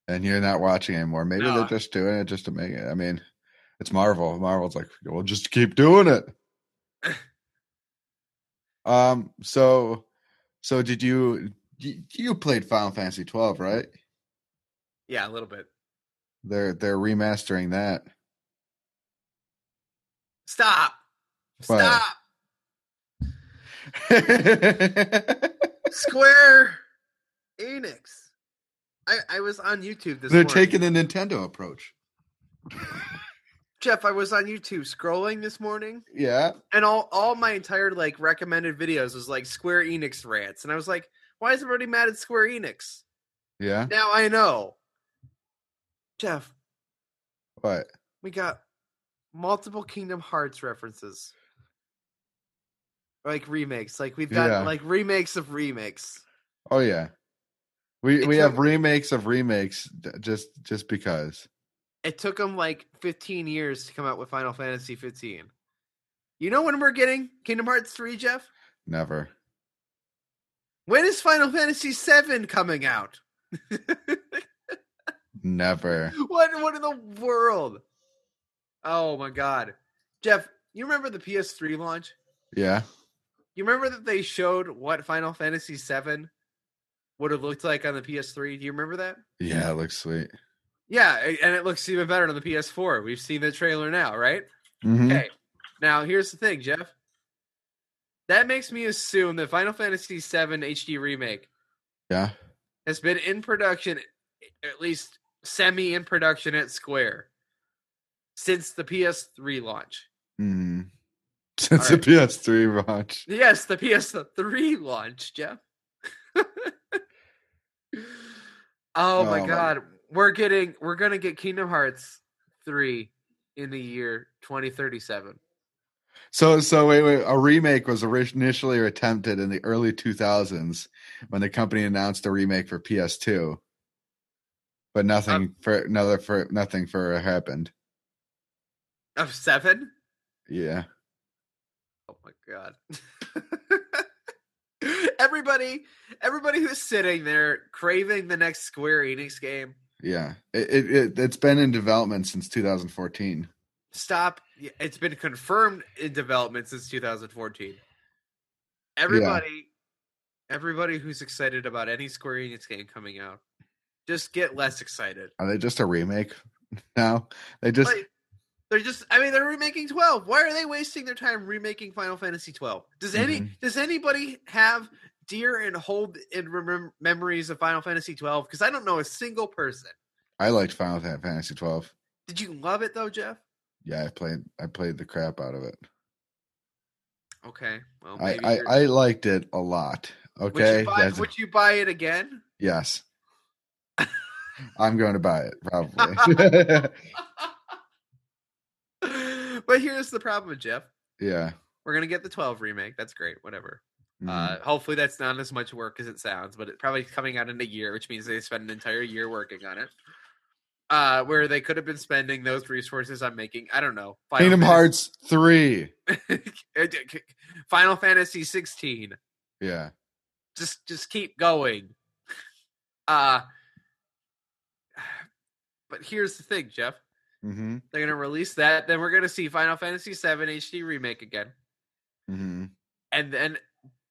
Speaker 3: And you're not watching anymore. Maybe
Speaker 2: No.
Speaker 3: they're just doing it just to make it. I mean, it's Marvel. Marvel's like, we'll just keep doing it. um. So, so did you? You you played Final Fantasy twelve, right?
Speaker 2: Yeah, a little bit.
Speaker 3: They're they're remastering that.
Speaker 2: Stop.
Speaker 3: What?
Speaker 2: Stop. Square Enix. I, I was on YouTube this
Speaker 3: they're
Speaker 2: morning.
Speaker 3: taking the Nintendo approach.
Speaker 2: Jeff, I was on YouTube scrolling this morning
Speaker 3: Yeah.
Speaker 2: and all, all my entire like recommended videos was like Square Enix rants. And I was like, why is everybody mad at Square Enix?
Speaker 3: Yeah.
Speaker 2: Now I know. Jeff,
Speaker 3: What?
Speaker 2: we got multiple Kingdom Hearts references. Like remakes. Like we've got
Speaker 3: Yeah.
Speaker 2: like remakes of remakes.
Speaker 3: Oh yeah. We
Speaker 2: It
Speaker 3: we
Speaker 2: took-
Speaker 3: have remakes of remakes d- just just because.
Speaker 2: It took them like 15 years to come out with Final Fantasy 15. You know when we're getting Kingdom Hearts 3, Jeff?
Speaker 3: Never.
Speaker 2: When is Final Fantasy 7 coming out?
Speaker 3: Never.
Speaker 2: What what in the world? Oh my god. Jeff, you remember the PS3 launch?
Speaker 3: Yeah.
Speaker 2: You remember that they showed what Final Fantasy 7 would have looked like on the PS3? Do you remember that?
Speaker 3: Yeah, it looks sweet.
Speaker 2: Yeah, a- and it looks even better on the PS4. We've seen the trailer now, right?
Speaker 3: Mhm.
Speaker 2: Okay. Now here's the thing, Jeff. That makes me assume that Final Fantasy VII HD remake
Speaker 3: Yeah.
Speaker 2: has been in production, at least semi in production at Square, since the PS3 launch.
Speaker 3: Mm. Since
Speaker 2: right.
Speaker 3: the PS3 launch.
Speaker 2: Yes, the PS3 launch, Jeff. oh
Speaker 3: Oh,
Speaker 2: my
Speaker 3: my-
Speaker 2: god, we're getting we're gonna get Kingdom Hearts three in the year 2037.
Speaker 3: So so wait, wait, a remake was orig- initially attempted in the early 2000s when the company announced a remake for PS2. But nothing for another for nothing for happened.
Speaker 2: Of seven?
Speaker 3: Yeah.
Speaker 2: Oh my god. everybody everybody who's sitting there craving the next Square Enix game,
Speaker 3: Yeah. It, it, it it's been in development since 2014.
Speaker 2: stop. Y- It's been confirmed in development since 2014. Everybody everybody who's excited about any Square Enix game coming out, just get less excited.
Speaker 3: Are they just a remake now? They just
Speaker 2: Like, they're just I mean they're remaking 12. Why are they wasting their time remaking Final Fantasy 12? Does any
Speaker 3: Mm-hmm.
Speaker 2: does anybody have dear and hold and remem- memories of Final Fantasy 12 cuz I don't know a single person.
Speaker 3: I liked Final Fan- Fantasy 12.
Speaker 2: Did you love it though, Jeff?
Speaker 3: Yeah, I played I played the crap out of it.
Speaker 2: Okay. Well,
Speaker 3: I,
Speaker 2: maybe
Speaker 3: I
Speaker 2: you're-
Speaker 3: I liked it a lot.
Speaker 2: would
Speaker 3: Okay.
Speaker 2: you buy,
Speaker 3: That's-
Speaker 2: would you buy it again?
Speaker 3: Yes. I'm going to buy it probably.
Speaker 2: but here's the problem, Jeff.
Speaker 3: yeah.
Speaker 2: We're gonna get the 12 remake. That's great. Whatever.
Speaker 3: Mhm.
Speaker 2: Uh, hopefully, that's not as much work as it sounds, but it probably coming out in a year, which means they spent an entire year working on it. Uh, where they could have been spending those resources on making, I don't know, Final
Speaker 3: Mm-hmm. Kingdom
Speaker 2: Fantasy-
Speaker 3: Hearts 3.
Speaker 2: Final Fantasy 16.
Speaker 3: Yeah.
Speaker 2: just just keep going. Uh but here's the thing, Jeff.
Speaker 3: Mm-hmm.
Speaker 2: They're gonna release that. Then we're gonna see Final Fantasy VII HD remake again,
Speaker 3: Mm-hmm.
Speaker 2: and then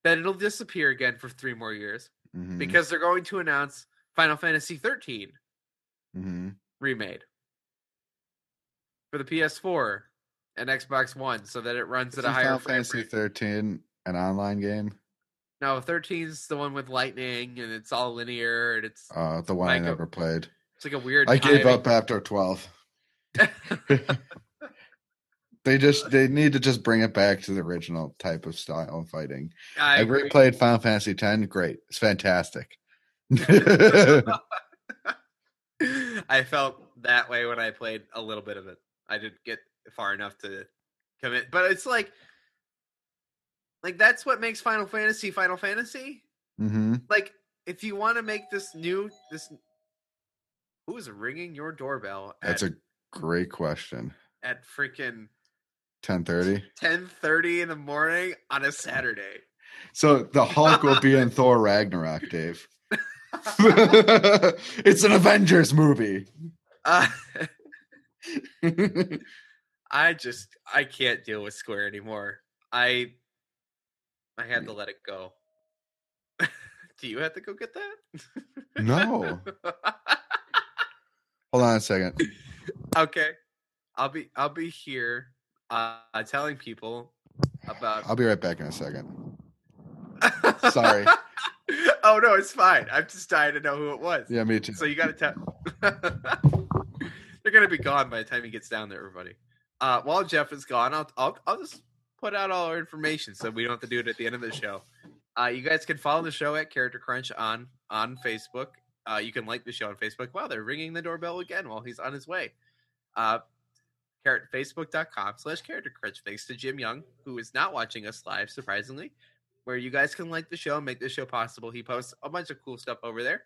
Speaker 2: then it'll disappear again for three more years
Speaker 3: Mm-hmm.
Speaker 2: because they're going to announce Final Fantasy 13
Speaker 3: mm-hmm.
Speaker 2: remade for the PS4 and Xbox One, so that it runs at a higher
Speaker 3: Final
Speaker 2: frame
Speaker 3: Fantasy
Speaker 2: rate.
Speaker 3: thirteen an online game.
Speaker 2: No, 13's the one with lightning, and it's all linear, and it's
Speaker 3: Uh, the one I
Speaker 2: Like a-
Speaker 3: never played.
Speaker 2: it's like a weird.
Speaker 3: I gave
Speaker 2: timing.
Speaker 3: up after twelve. They just they need to just bring it back to the original type of style of fighting.
Speaker 2: I
Speaker 3: I,
Speaker 2: agree.
Speaker 3: replayed Final Fantasy X. Great, it's fantastic. mm-hmm.
Speaker 2: I felt that way when I played a little bit of it. I didn't get far enough to commit, but it's like, like that's what makes Final Fantasy Final Fantasy. Like, if you want to make this new, this who's ringing your doorbell?
Speaker 3: That's
Speaker 2: at,
Speaker 3: a great question.
Speaker 2: at freaking
Speaker 3: Ten thirty.
Speaker 2: ten thirty in the morning on a Saturday.
Speaker 3: So the Hulk will be in Thor Ragnarok, Dave. it's an Avengers movie.
Speaker 2: Uh, I just I can't deal with Square anymore. I I had to let it go. Do you have to go get that?
Speaker 3: no, hold on a second.
Speaker 2: okay. I'll be I'll be here uh telling people about
Speaker 3: I'll be right back in a second. sorry.
Speaker 2: oh no, it's fine. I'm just dying to know who it was.
Speaker 3: Yeah, me too.
Speaker 2: So you got to tell. They're gonna be gone by the time he gets down there, everybody. Uh, while Jeff is gone, I'll, I'll I'll just put out all our information so we don't have to do it at the end of the show. Uh, you guys can follow the show at Character Crunch on on Facebook. Uh, you can like the show on Facebook. Wow, they're ringing the doorbell again while he's on his way. Uh, carrot facebook.com slash character crunch thanks to jim young who is not watching us live surprisingly where you guys can like the show and make the show possible he posts a bunch of cool stuff over there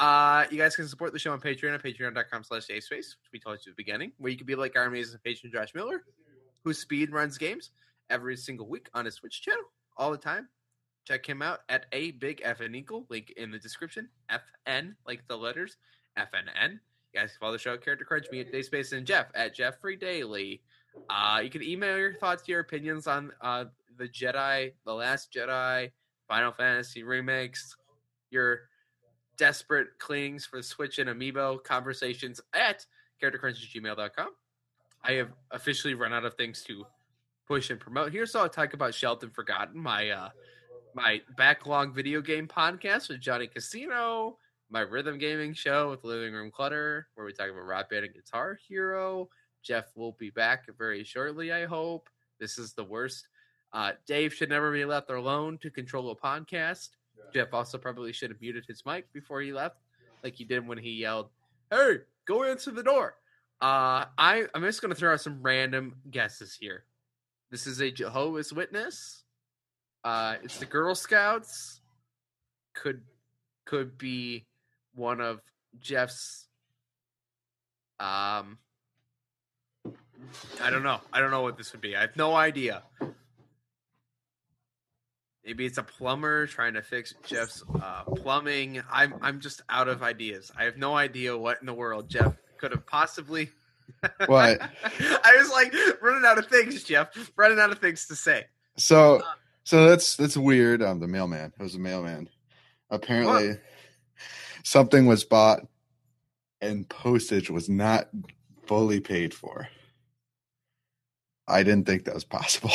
Speaker 2: uh, you guys can support the show on Patreon at patreon.com slash aspace, which we told you at the beginning, where you can be like our amazing patron Josh Miller, who speed runs games every single week on his Switch channel all the time. Check him out at a big FN Eagle, link in the description. FN, like the letters, FNN. You guys can follow the show at Character Crunch, me at Dayspace, and Jeff at Jeffrey Daily. Uh, you can email your thoughts, your opinions on uh, the Jedi, The Last Jedi, Final Fantasy remakes, your desperate cleanings for Switch and Amiibo conversations at charactercrunch@gmail.com. I have officially run out of things to push and promote here, so I'll talk about Shelton Forgotten, my uh, my backlog video game podcast with Johnny Casino, my rhythm gaming show with Living Room Clutter, where we talk about rock band and guitar hero. Jeff will be back very shortly, I hope. This is the worst. Uh, Dave should never be left alone to control a podcast. Jeff also probably should have muted his mic before he left, like he did when he yelled, "Hey, go answer the door." Uh, I I'm just gonna throw out some random guesses here. This is a Jehovah's Witness. Uh, it's the Girl Scouts. Could could be one of Jeff's. Um, I don't know. I don't know what this would be. I have no idea. Maybe it's a plumber trying to fix Jeff's uh, plumbing. I'm I'm just out of ideas. I have no idea what in the world Jeff could have possibly.
Speaker 3: What?
Speaker 2: I was like running out of things, Jeff. Running out of things to say.
Speaker 3: So, so that's that's weird. Um, the mailman. It was a mailman. Apparently, something was bought, and postage was not fully paid for. I didn't think that was possible.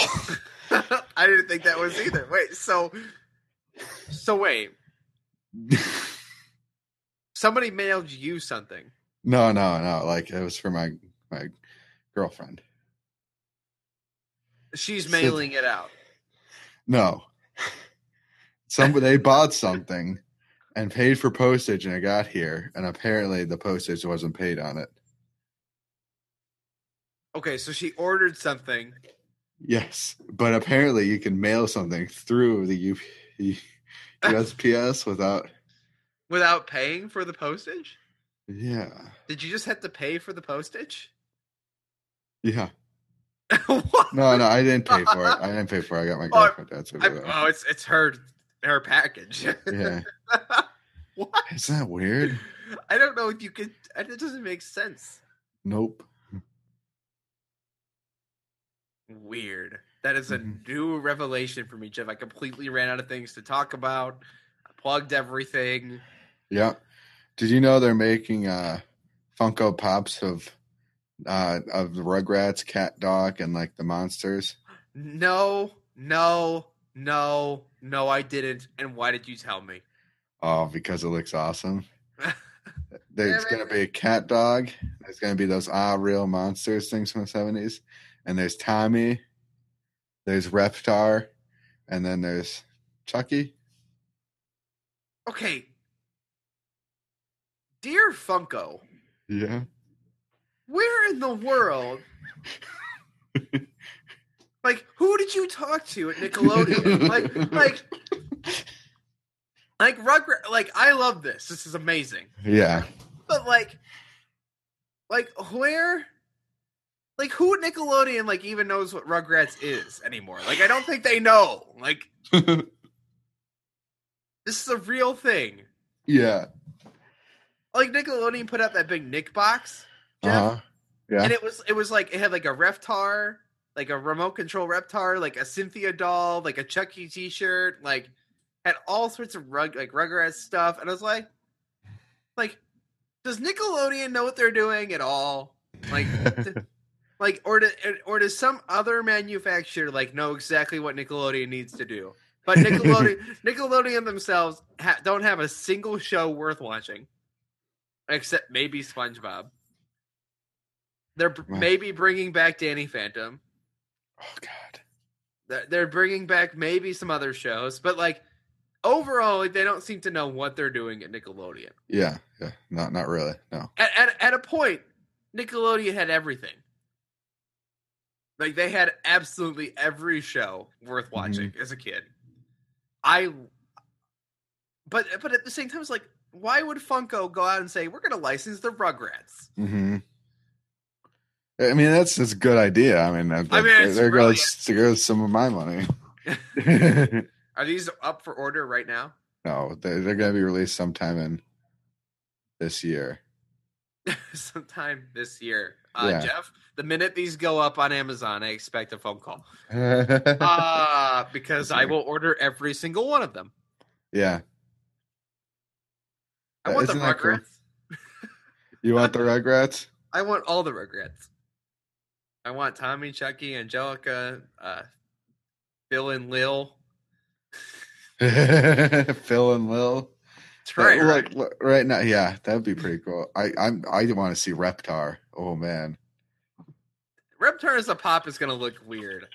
Speaker 2: I didn't think that was either. Wait, so so wait. Somebody mailed you something.
Speaker 3: no, no, no. Like it was for my my girlfriend.
Speaker 2: She's
Speaker 3: So-
Speaker 2: mailing it out.
Speaker 3: No, some they bought something and paid for postage, and it got here, and apparently the postage wasn't paid on it.
Speaker 2: Okay, so she ordered something.
Speaker 3: Yes, but apparently you can mail something through the UP, USPS without.
Speaker 2: without paying for the postage?
Speaker 3: Yeah,
Speaker 2: Did you just have to pay for the postage?
Speaker 3: yeah.
Speaker 2: What?
Speaker 3: No, no, I didn't pay for it. I didn't pay for it. I got my
Speaker 2: Oh,
Speaker 3: girlfriend. That's what.
Speaker 2: I-
Speaker 3: it was.
Speaker 2: oh, it's it's her her package.
Speaker 3: Yeah,
Speaker 2: what?
Speaker 3: isn't that weird?
Speaker 2: I don't know if you could. It doesn't make sense.
Speaker 3: Nope.
Speaker 2: weird. That is a
Speaker 3: Mhm.
Speaker 2: new revelation for me, Jeff. I completely ran out of things to talk about. I plugged everything.
Speaker 3: Yeah. Did you know they're making uh Funko Pops of uh of the Rugrats, Cat Dog, and like the monsters?
Speaker 2: No, no, no, no, I didn't. And why did you tell me?
Speaker 3: Oh, because it looks awesome. There's gonna be a cat dog. There's gonna be those ah real monsters things from the seventies, and there's Tommy, there's Reptar, and then there's Chucky.
Speaker 2: okay. Dear Funko,
Speaker 3: Yeah,
Speaker 2: where in the world? like, who did you talk to at Nickelodeon? like, like, like Rugrat. Like, I love this. This is amazing.
Speaker 3: yeah.
Speaker 2: But like, like where? Like who at Nickelodeon like even knows what Rugrats is anymore? Like I don't think they know. Like this is a real thing.
Speaker 3: yeah.
Speaker 2: Like Nickelodeon put out that big Nick box, Jeff,
Speaker 3: Uh-huh. Yeah.
Speaker 2: and it was it was like it had like a Reptar, like a remote control Reptar, like a Cynthia doll, like a Chuck E. T-shirt, like had all sorts of rug like Rugrats stuff, and I was like, like, does Nickelodeon know what they're doing at all? Like. d- Like or do, or does some other manufacturer like know exactly what Nickelodeon needs to do? But Nickelodeon Nickelodeon themselves ha- don't have a single show worth watching, except maybe SpongeBob. They're b-
Speaker 3: Wow.
Speaker 2: maybe bringing back Danny Phantom.
Speaker 3: Oh God.
Speaker 2: They're- They're bringing back maybe some other shows, but like overall, like, they don't seem to know what they're doing at Nickelodeon.
Speaker 3: Yeah. Yeah. Not. Not really. No.
Speaker 2: at, at, at a point, Nickelodeon had everything. Like they had absolutely every show
Speaker 3: Mm-hmm.
Speaker 2: worth watching as a kid. I, but but at the same time, it's like, why would Funko go out and say we're going to license the Rugrats?
Speaker 3: hmm I mean, that's that's a good idea. I mean, that,
Speaker 2: I mean,
Speaker 3: that-
Speaker 2: it's
Speaker 3: there
Speaker 2: really-
Speaker 3: goes there goes some of my money. no,
Speaker 2: Are these up for order right now?
Speaker 3: they're, they're going to be released sometime in this year.
Speaker 2: Sometime this year, uh,
Speaker 3: Yeah.
Speaker 2: Jeff. The minute these go up on Amazon, I expect a phone call
Speaker 3: yeah,
Speaker 2: uh, because I
Speaker 3: Sorry.
Speaker 2: will order every single one of them. I
Speaker 3: Uh,
Speaker 2: want the
Speaker 3: isn't that
Speaker 2: Rugrats.
Speaker 3: cool? you want the Rugrats?
Speaker 2: I want all the regrets. I want Tommy, Chucky, Angelica, uh, Bill and Lil.
Speaker 3: Phil and Lil.
Speaker 2: Trey,
Speaker 3: But,
Speaker 2: right?
Speaker 3: like, look, right now, yeah, that'd be pretty cool. I I'm, I want to see Reptar. Oh man,
Speaker 2: Reptar as a pop is going to look weird.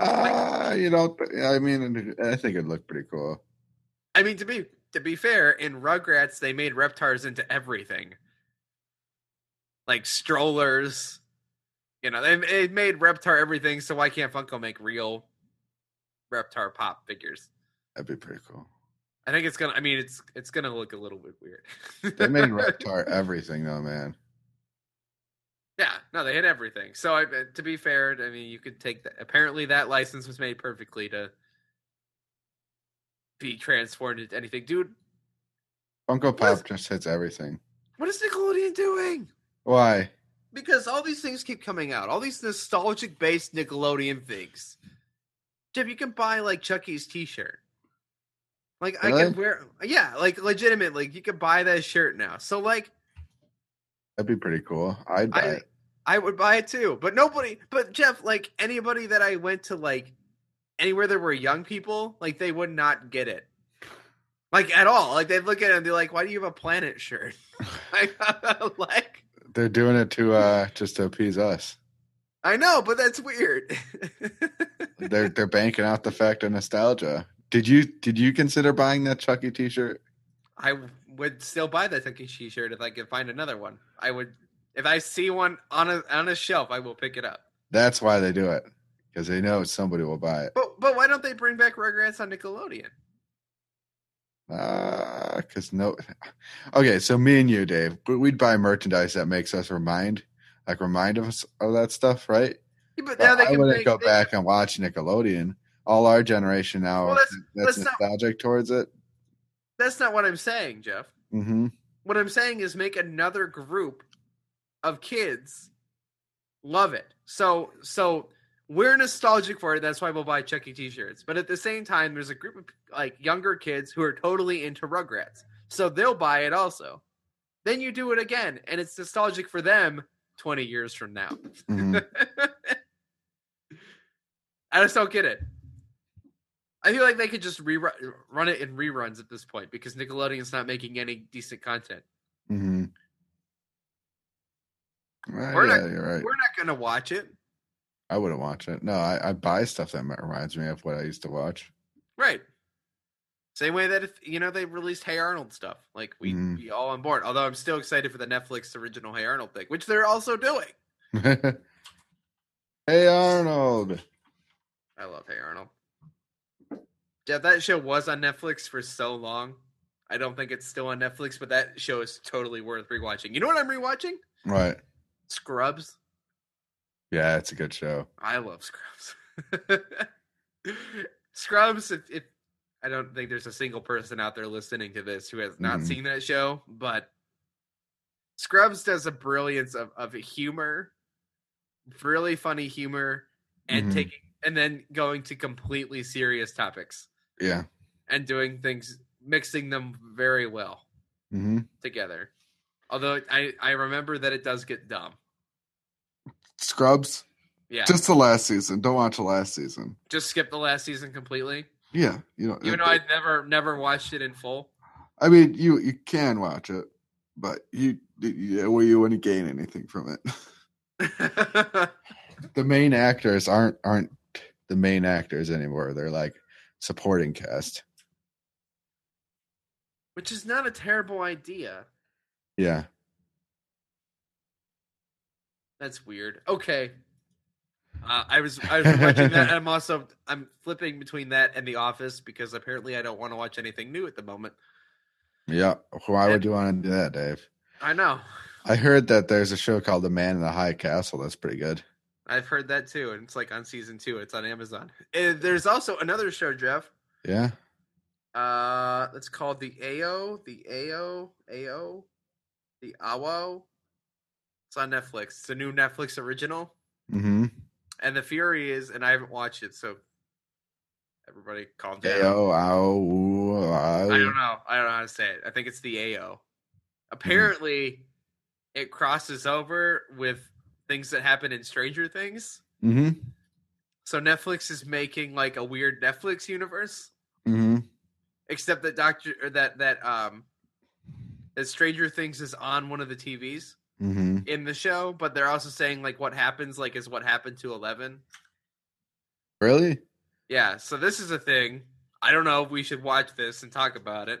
Speaker 3: ah, you know, I mean, I think it'd look pretty cool.
Speaker 2: I mean, to be to be fair, in Rugrats they made Reptars into everything, like strollers. You know, they, they made Reptar everything. So why can't Funko make real Reptar pop figures?
Speaker 3: That'd be pretty cool.
Speaker 2: I think it's gonna. I mean, it's it's gonna look a little bit weird.
Speaker 3: They made Reptar everything though, man.
Speaker 2: Yeah, no, they hit everything. So I, uh, to be fair, I mean, you could take that. Apparently, that license was made perfectly to be transformed into anything, dude.
Speaker 3: Funko
Speaker 2: What is-
Speaker 3: Pop just hits everything.
Speaker 2: What is Nickelodeon doing?
Speaker 3: Why?
Speaker 2: Because all these things keep coming out, all these nostalgic-based Nickelodeon things. Jim, you can buy like Chucky's T-shirt. Like I
Speaker 3: Really?
Speaker 2: can wear, yeah, like legitimately, you can buy that shirt now. So like,
Speaker 3: That'd be pretty cool. I'd buy
Speaker 2: I
Speaker 3: it.
Speaker 2: I would buy it too. But nobody but Jeff, like anybody that I went to like anywhere there were young people, like they would not get it. Like at all. Like they'd look at it and be like, Why do you have a planet shirt? like, like
Speaker 3: They're doing it to uh just to appease us.
Speaker 2: I know, but that's weird.
Speaker 3: They're they're banking out the fact of nostalgia. Did you did you consider buying that E. Chucky T-shirt?
Speaker 2: I would still buy that Tucky Chi shirt if I could find another one. I would if I see one on a on a shelf, I will pick it up.
Speaker 3: That's why they do it because they know somebody will buy it.
Speaker 2: But but why don't they bring back Rugrats on Nickelodeon?
Speaker 3: Ah, because no. Okay, so me and you, Dave, we- we'd buy merchandise that makes us remind, like remind us of that stuff, right?
Speaker 2: Yeah, But
Speaker 3: But
Speaker 2: now they
Speaker 3: I
Speaker 2: can
Speaker 3: wouldn't
Speaker 2: make-
Speaker 3: go
Speaker 2: they-
Speaker 3: back and watch Nickelodeon. All our generation now
Speaker 2: Well, that's-
Speaker 3: that's,
Speaker 2: that's not-
Speaker 3: nostalgic towards it.
Speaker 2: That's not what I'm saying, Jeff.
Speaker 3: hmm
Speaker 2: what I'm saying is make another group of kids Love it. So so we're nostalgic for it. That's why we'll buy Chucky t-shirts. But at the same time, there's a group of like younger kids who are totally into Rugrats. So they'll buy it also. Then you do it again, and it's nostalgic for them 20 years from now.
Speaker 3: Mhm.
Speaker 2: I just don't get it. I feel like they could just rerun run it in reruns at this point because Nickelodeon's not making any decent content.
Speaker 3: Mhm. Well,
Speaker 2: We're
Speaker 3: Ah, yeah,
Speaker 2: not-
Speaker 3: you're right.
Speaker 2: We're not gonna watch it.
Speaker 3: I wouldn't watch it. No, I, I buy stuff that reminds me of what I used to watch.
Speaker 2: Right. Same way that if you know they released Hey Arnold stuff, like we
Speaker 3: Mhm.
Speaker 2: we all on board. Although I'm still excited for the Netflix original Hey Arnold thing, which they're also doing.
Speaker 3: hey Arnold.
Speaker 2: I love Hey Arnold. Yeah, that show was on Netflix for so long. I don't think it's still on Netflix, but that show is totally worth rewatching. You know what I'm rewatching?
Speaker 3: Right.
Speaker 2: Scrubs.
Speaker 3: Yeah, it's a good show.
Speaker 2: I love Scrubs. Scrubs. If, if I don't think there's a single person out there listening to this who has not
Speaker 3: Mhm.
Speaker 2: seen that show, but Scrubs does a brilliance of of humor, really funny humor, and
Speaker 3: Mhm.
Speaker 2: taking and then going to completely serious topics
Speaker 3: Yeah.
Speaker 2: and doing things, mixing them very well
Speaker 3: hmm
Speaker 2: together. Although I I remember that it does get dumb.
Speaker 3: Scrubs.
Speaker 2: Yeah, just,
Speaker 3: Just the last season. Don't watch the last season.
Speaker 2: skip the last season completely.
Speaker 3: Yeah. You know.
Speaker 2: Even though I never never watched it in full.
Speaker 3: I mean, you you can watch it, but you you, well, you wouldn't gain anything from it. the main actors aren't aren't the main actors anymore. They're like supporting cast.
Speaker 2: Which is not a terrible idea.
Speaker 3: Yeah.
Speaker 2: That's weird. Okay. Uh, I was I was watching that, and I'm also I'm flipping between that and The Office because apparently I don't want to watch anything new at the moment.
Speaker 3: Yeah. Why would you want to do that, Dave?
Speaker 2: I know.
Speaker 3: I heard that there's a show called The Man in the High Castle. That's pretty good.
Speaker 2: I've heard that too, and it's like on season two. It's on Amazon. And there's also another show, Jeff.
Speaker 3: Yeah.
Speaker 2: Uh, it's called the AO, the AO, AO, the AWO. It's on Netflix. It's a new Netflix original.
Speaker 3: Mm-hmm.
Speaker 2: And the Fury is, and I haven't watched it, so everybody calm down.
Speaker 3: Ayo, ow, ooh,
Speaker 2: I
Speaker 3: ow.
Speaker 2: don't know. I don't know how to say it. I think it's the AO. Apparently, it crosses over with things that happen in Stranger Things.
Speaker 3: Mm-hmm.
Speaker 2: So Netflix is making like a weird Netflix universe,
Speaker 3: Mm-hmm.
Speaker 2: except that Doctor or that that um that Stranger Things is on one of the TVs
Speaker 3: Mm-hmm.
Speaker 2: in the show, but they're also saying like what happens like is what happened to Eleven.
Speaker 3: Really?
Speaker 2: Yeah, so this is a thing. I don't know if we should watch this and talk about it.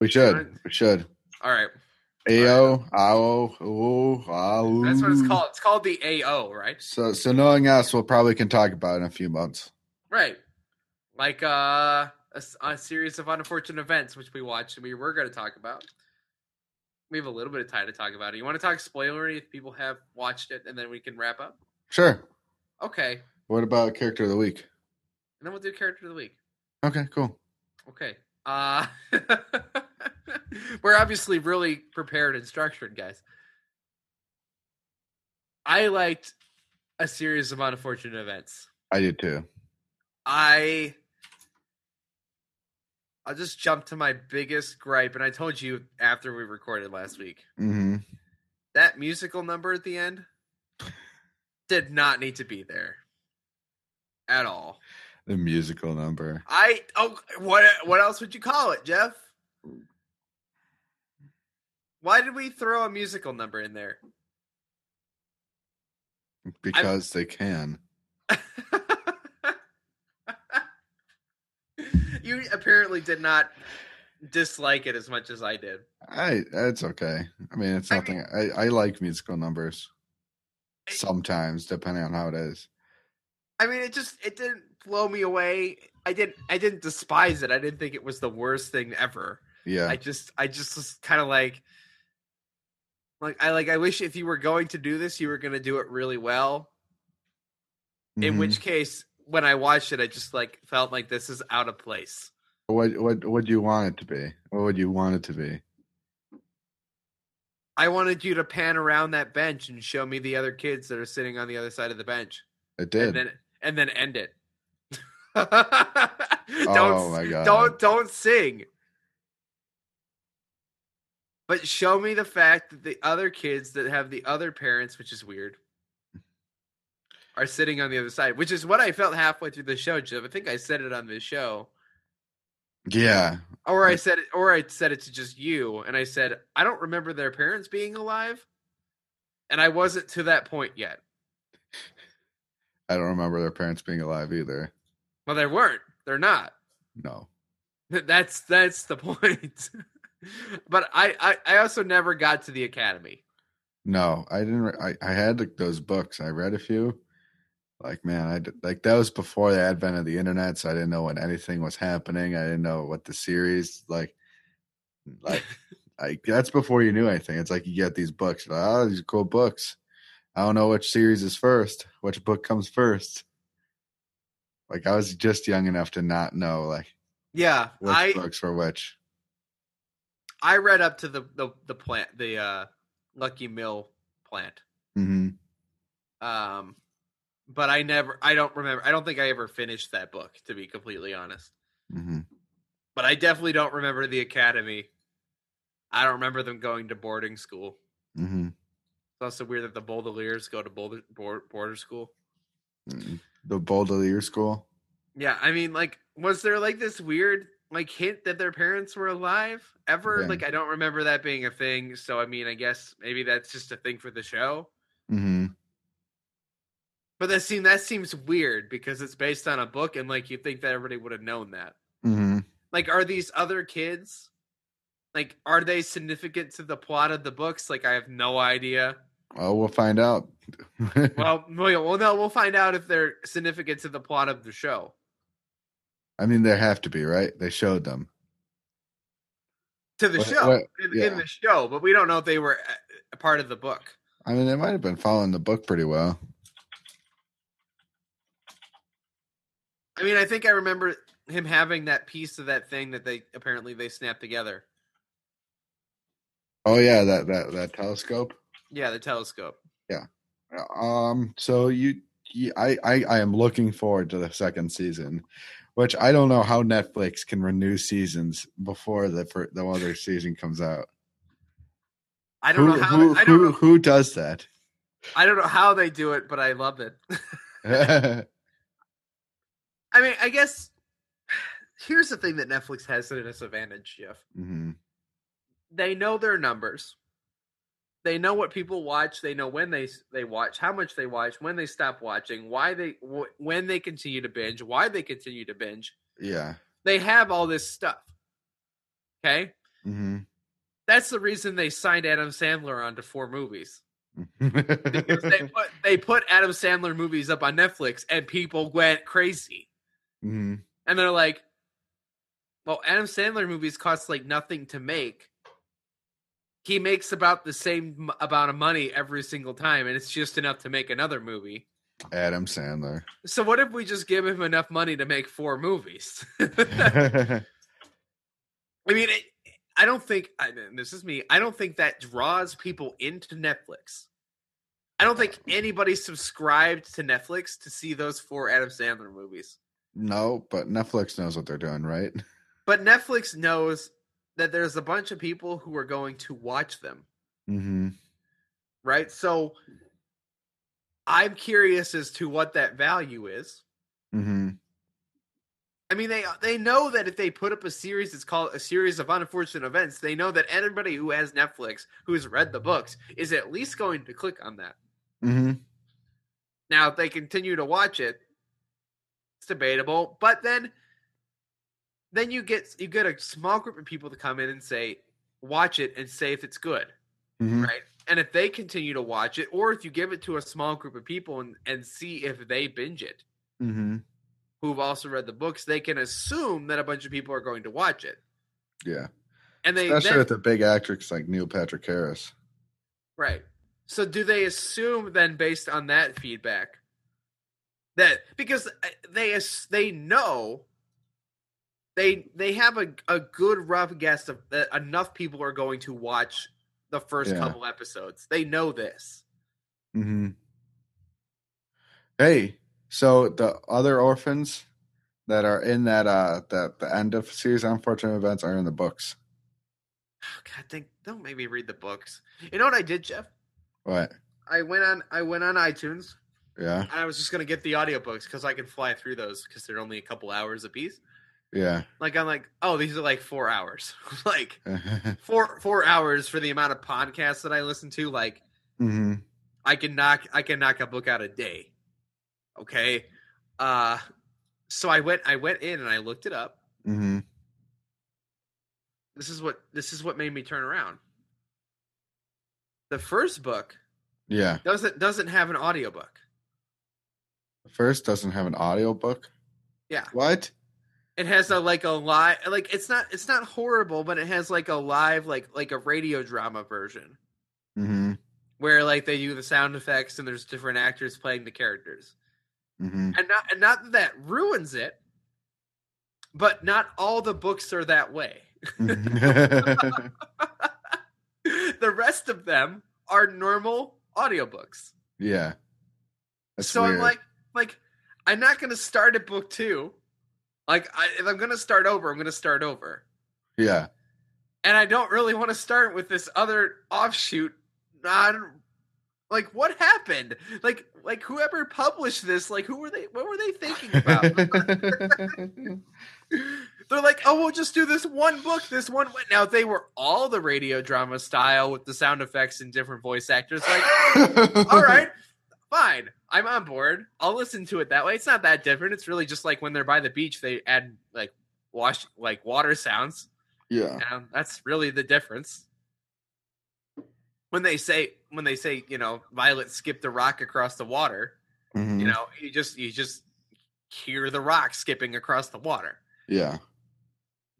Speaker 3: We should. We should.
Speaker 2: All right.
Speaker 3: Ayo, ow, ooh, ow.
Speaker 2: That's what it's called. It's called the AO, right?
Speaker 3: So, so knowing us, we'll probably can talk about it in a few months.
Speaker 2: Right. Like uh, a, s- a series of unfortunate events, which we watched and we were going to talk about. We have a little bit of time to talk about it. You want to talk spoilery if people have watched it and then we can wrap up?
Speaker 3: Sure.
Speaker 2: Okay. And
Speaker 3: What about character of the week?
Speaker 2: then we'll do character of the week.
Speaker 3: Okay, cool.
Speaker 2: Okay. Uh, we're obviously really prepared and structured, guys. I liked a series of unfortunate events.
Speaker 3: I did too.
Speaker 2: I I'll just jump to my biggest gripe, and I told you after we recorded last week.
Speaker 3: Mm-hmm.
Speaker 2: That musical number at the end did not need to be there at all.
Speaker 3: The musical number.
Speaker 2: I oh what what else would you call it, Jeff? Why did we throw a musical number in there?
Speaker 3: Because they can.
Speaker 2: you apparently did not dislike it as much as I did.
Speaker 3: I it's okay. I mean it's
Speaker 2: I
Speaker 3: nothing I, I like musical numbers.
Speaker 2: I-
Speaker 3: Sometimes, depending on how it is.
Speaker 2: I mean, it just it didn't blow me away. I didn't I didn't despise it. I didn't think it was the worst thing ever.
Speaker 3: Yeah.
Speaker 2: I just I just was kind of like like I like I wish if you were going to do this, you were going to do it really well. In
Speaker 3: Mhm.
Speaker 2: which case, when I watched it, I just like felt like this is out of place.
Speaker 3: what what would you want it to be? What would you want it to be?
Speaker 2: I wanted you to pan around that bench and show me the other kids that are sitting on the other side of the bench,
Speaker 3: It
Speaker 2: and
Speaker 3: did.
Speaker 2: then and then end it. don't
Speaker 3: oh
Speaker 2: s-
Speaker 3: my god.
Speaker 2: don't don't sing. But show me the fact that the other kids that have the other parents, which is weird, are sitting on the other side, which is what I felt halfway through the show, Jeff. I think I said it on this show.
Speaker 3: Yeah.
Speaker 2: Or I
Speaker 3: Right.
Speaker 2: said it or I said it to just you and I said, I don't remember their parents being alive. And I wasn't to that point yet.
Speaker 3: I don't remember their parents being alive either.
Speaker 2: Well, they weren't. They're not.
Speaker 3: No.
Speaker 2: That's that's the point. but I, I I also never got to the academy.
Speaker 3: No, I didn't. Re- I, I had like those books. I read a few. Like man, I did- like that was before the advent of the internet, so I didn't know when anything was happening. I didn't know what the series like. Like, like that's before you knew anything. It's like you get these books. You're like, oh, these are cool books. I don't know which series is first. Which book comes first? Like I was just young enough to not know like
Speaker 2: Yeah,
Speaker 3: which
Speaker 2: I
Speaker 3: books were which.
Speaker 2: I read up to the the, the plant the uh, Lucky Mill plant.
Speaker 3: hmm
Speaker 2: Um, but I never I don't remember. I don't think I ever finished that book to be completely honest.
Speaker 3: hmm
Speaker 2: But I definitely don't remember the academy. I don't remember them going to boarding school.
Speaker 3: hmm
Speaker 2: It's also weird that the Boulderiers go to Boulder, board, border school.
Speaker 3: Mm-hmm. The Boldelier School.
Speaker 2: Yeah, I mean, like, was there like this weird like hint that their parents were alive ever?
Speaker 3: Yeah.
Speaker 2: Like, I don't remember that being a thing. So, I mean, I guess maybe that's just a thing for the show.
Speaker 3: hmm
Speaker 2: But that seem that seems weird because it's based on a book, and like you think that everybody would have known that.
Speaker 3: hmm
Speaker 2: Like, are these other kids? Like, are they significant to the plot of the books? Like, I have no idea.
Speaker 3: Oh, we'll find out.
Speaker 2: Well, we'll well, no, we'll find out if they're significant to the plot of the show.
Speaker 3: I mean, there have to be, right? They showed them.
Speaker 2: To the
Speaker 3: What-
Speaker 2: show,
Speaker 3: what-
Speaker 2: in,
Speaker 3: yeah.
Speaker 2: in the show, but we don't know if they were uh, a part of the book.
Speaker 3: I mean, they might have been following the book pretty well.
Speaker 2: I mean, I think I remember him having that piece of that thing that they apparently they snapped together.
Speaker 3: Oh yeah, that that that telescope.
Speaker 2: Yeah, the telescope.
Speaker 3: Um, so you, you I, I I am looking forward to the second season, which I don't know how Netflix can renew seasons before the fir- the other season comes out.
Speaker 2: I don't
Speaker 3: who,
Speaker 2: know how
Speaker 3: who,
Speaker 2: I don't
Speaker 3: who,
Speaker 2: know
Speaker 3: who does that.
Speaker 2: I don't know how they do it, but I love it. I mean, I guess here's the thing that Netflix has at a disadvantage, Jeff.
Speaker 3: hmm
Speaker 2: They know their numbers. They know what people watch. They know when they they watch, how much they watch, when they stop watching, why they wh- when they continue to binge, why they continue to binge.
Speaker 3: Yeah.
Speaker 2: They have all this stuff. Okay?
Speaker 3: hmm
Speaker 2: That's the reason they signed Adam Sandler onto four movies. Because they put they put Adam Sandler movies up on Netflix and people went crazy.
Speaker 3: hmm
Speaker 2: And they're like, Well, Adam Sandler movies cost like nothing to make. He makes about the same m- amount of money every single time, and it's just enough to make another movie.
Speaker 3: Adam Sandler.
Speaker 2: So what if we just give him enough money to make four movies? I mean, it, I don't think I mean, this is me. I don't think that draws people into Netflix. I don't think anybody subscribed to Netflix to see those four Adam Sandler movies.
Speaker 3: no, but Netflix knows what they're doing, right?
Speaker 2: But Netflix knows that there's a bunch of people who are going to watch them,
Speaker 3: hmm
Speaker 2: right? So I'm curious as to what that value is.
Speaker 3: hmm
Speaker 2: I mean, they they know that if they put up a series, it's called a series of unfortunate events. They know that anybody who has Netflix, who has read the books, is at least going to click on that.
Speaker 3: hmm
Speaker 2: Now, if they continue to watch it, it's debatable. But then, then you get you get a small group of people to come in and say, watch it and say if it's good,
Speaker 3: hmm
Speaker 2: right? And if they continue to watch it, or if you give it to a small group of people and, and see if they binge it,
Speaker 3: hmm
Speaker 2: who've also read the books, they can assume that a bunch of people are going to watch it.
Speaker 3: Yeah,
Speaker 2: And they
Speaker 3: especially
Speaker 2: then-
Speaker 3: with a big actress like Neil Patrick Harris.
Speaker 2: Right. So do they assume then based on that feedback that because uh, they ass- they know they they have a, a good rough guess of that enough people are going to watch the first
Speaker 3: Yeah.
Speaker 2: couple episodes. They know this.
Speaker 3: Mm-hmm. Hey, so the other orphans that are in that uh that the end of series unfortunate events are in the books.
Speaker 2: Oh, God, think don't make me read the books. You know what I did, Jeff?
Speaker 3: What?
Speaker 2: I went on I went on iTunes
Speaker 3: Yeah,
Speaker 2: and I was just gonna get the audiobooks because I can fly through those because they're only a couple hours apiece.
Speaker 3: yeah.
Speaker 2: Like I'm like, oh, these are like four hours. like
Speaker 3: Mm-hmm.
Speaker 2: four four hours for the amount of podcasts that I listen to, like
Speaker 3: hmm
Speaker 2: I can knock I can knock a book out a day. Okay. Uh so I went I went in and I looked it up.
Speaker 3: hmm
Speaker 2: This is what this is what made me turn around. The first book
Speaker 3: Yeah.
Speaker 2: doesn't doesn't have an audiobook.
Speaker 3: The first doesn't have an audio book.
Speaker 2: Yeah.
Speaker 3: What?
Speaker 2: It has a like a live like it's not it's not horrible, but it has like a live like like a radio drama version
Speaker 3: Mm-hmm.
Speaker 2: where like they do the sound effects and there's different actors playing the characters.
Speaker 3: Mm-hmm.
Speaker 2: And not and not that that ruins it, but not all the books are that way.
Speaker 3: Mm-hmm.
Speaker 2: the rest of them are normal audiobooks.
Speaker 3: yeah. That's
Speaker 2: so
Speaker 3: weird.
Speaker 2: I'm like, like, I'm not gonna start at book two. Like, I, if I'm gonna start over, I'm gonna start over,
Speaker 3: yeah.
Speaker 2: and I don't really want to start with this other offshoot. Non, like, what happened? Like, like whoever published this, like, who were they? What were they thinking about? They're like, oh, we'll just do this one book, this one. Way. Now, if they were all the radio drama style with the sound effects and different voice actors, like, all right, fine. I'm on board. I'll listen to it that way. It's not that different. It's really just like when they're by the beach, they add like wash like water sounds.
Speaker 3: Yeah.
Speaker 2: Um, that's really the difference. When they say when they say you know Violet skipped a rock across the water,
Speaker 3: Mhm.
Speaker 2: you know you just you just hear the rock skipping across the water.
Speaker 3: Yeah.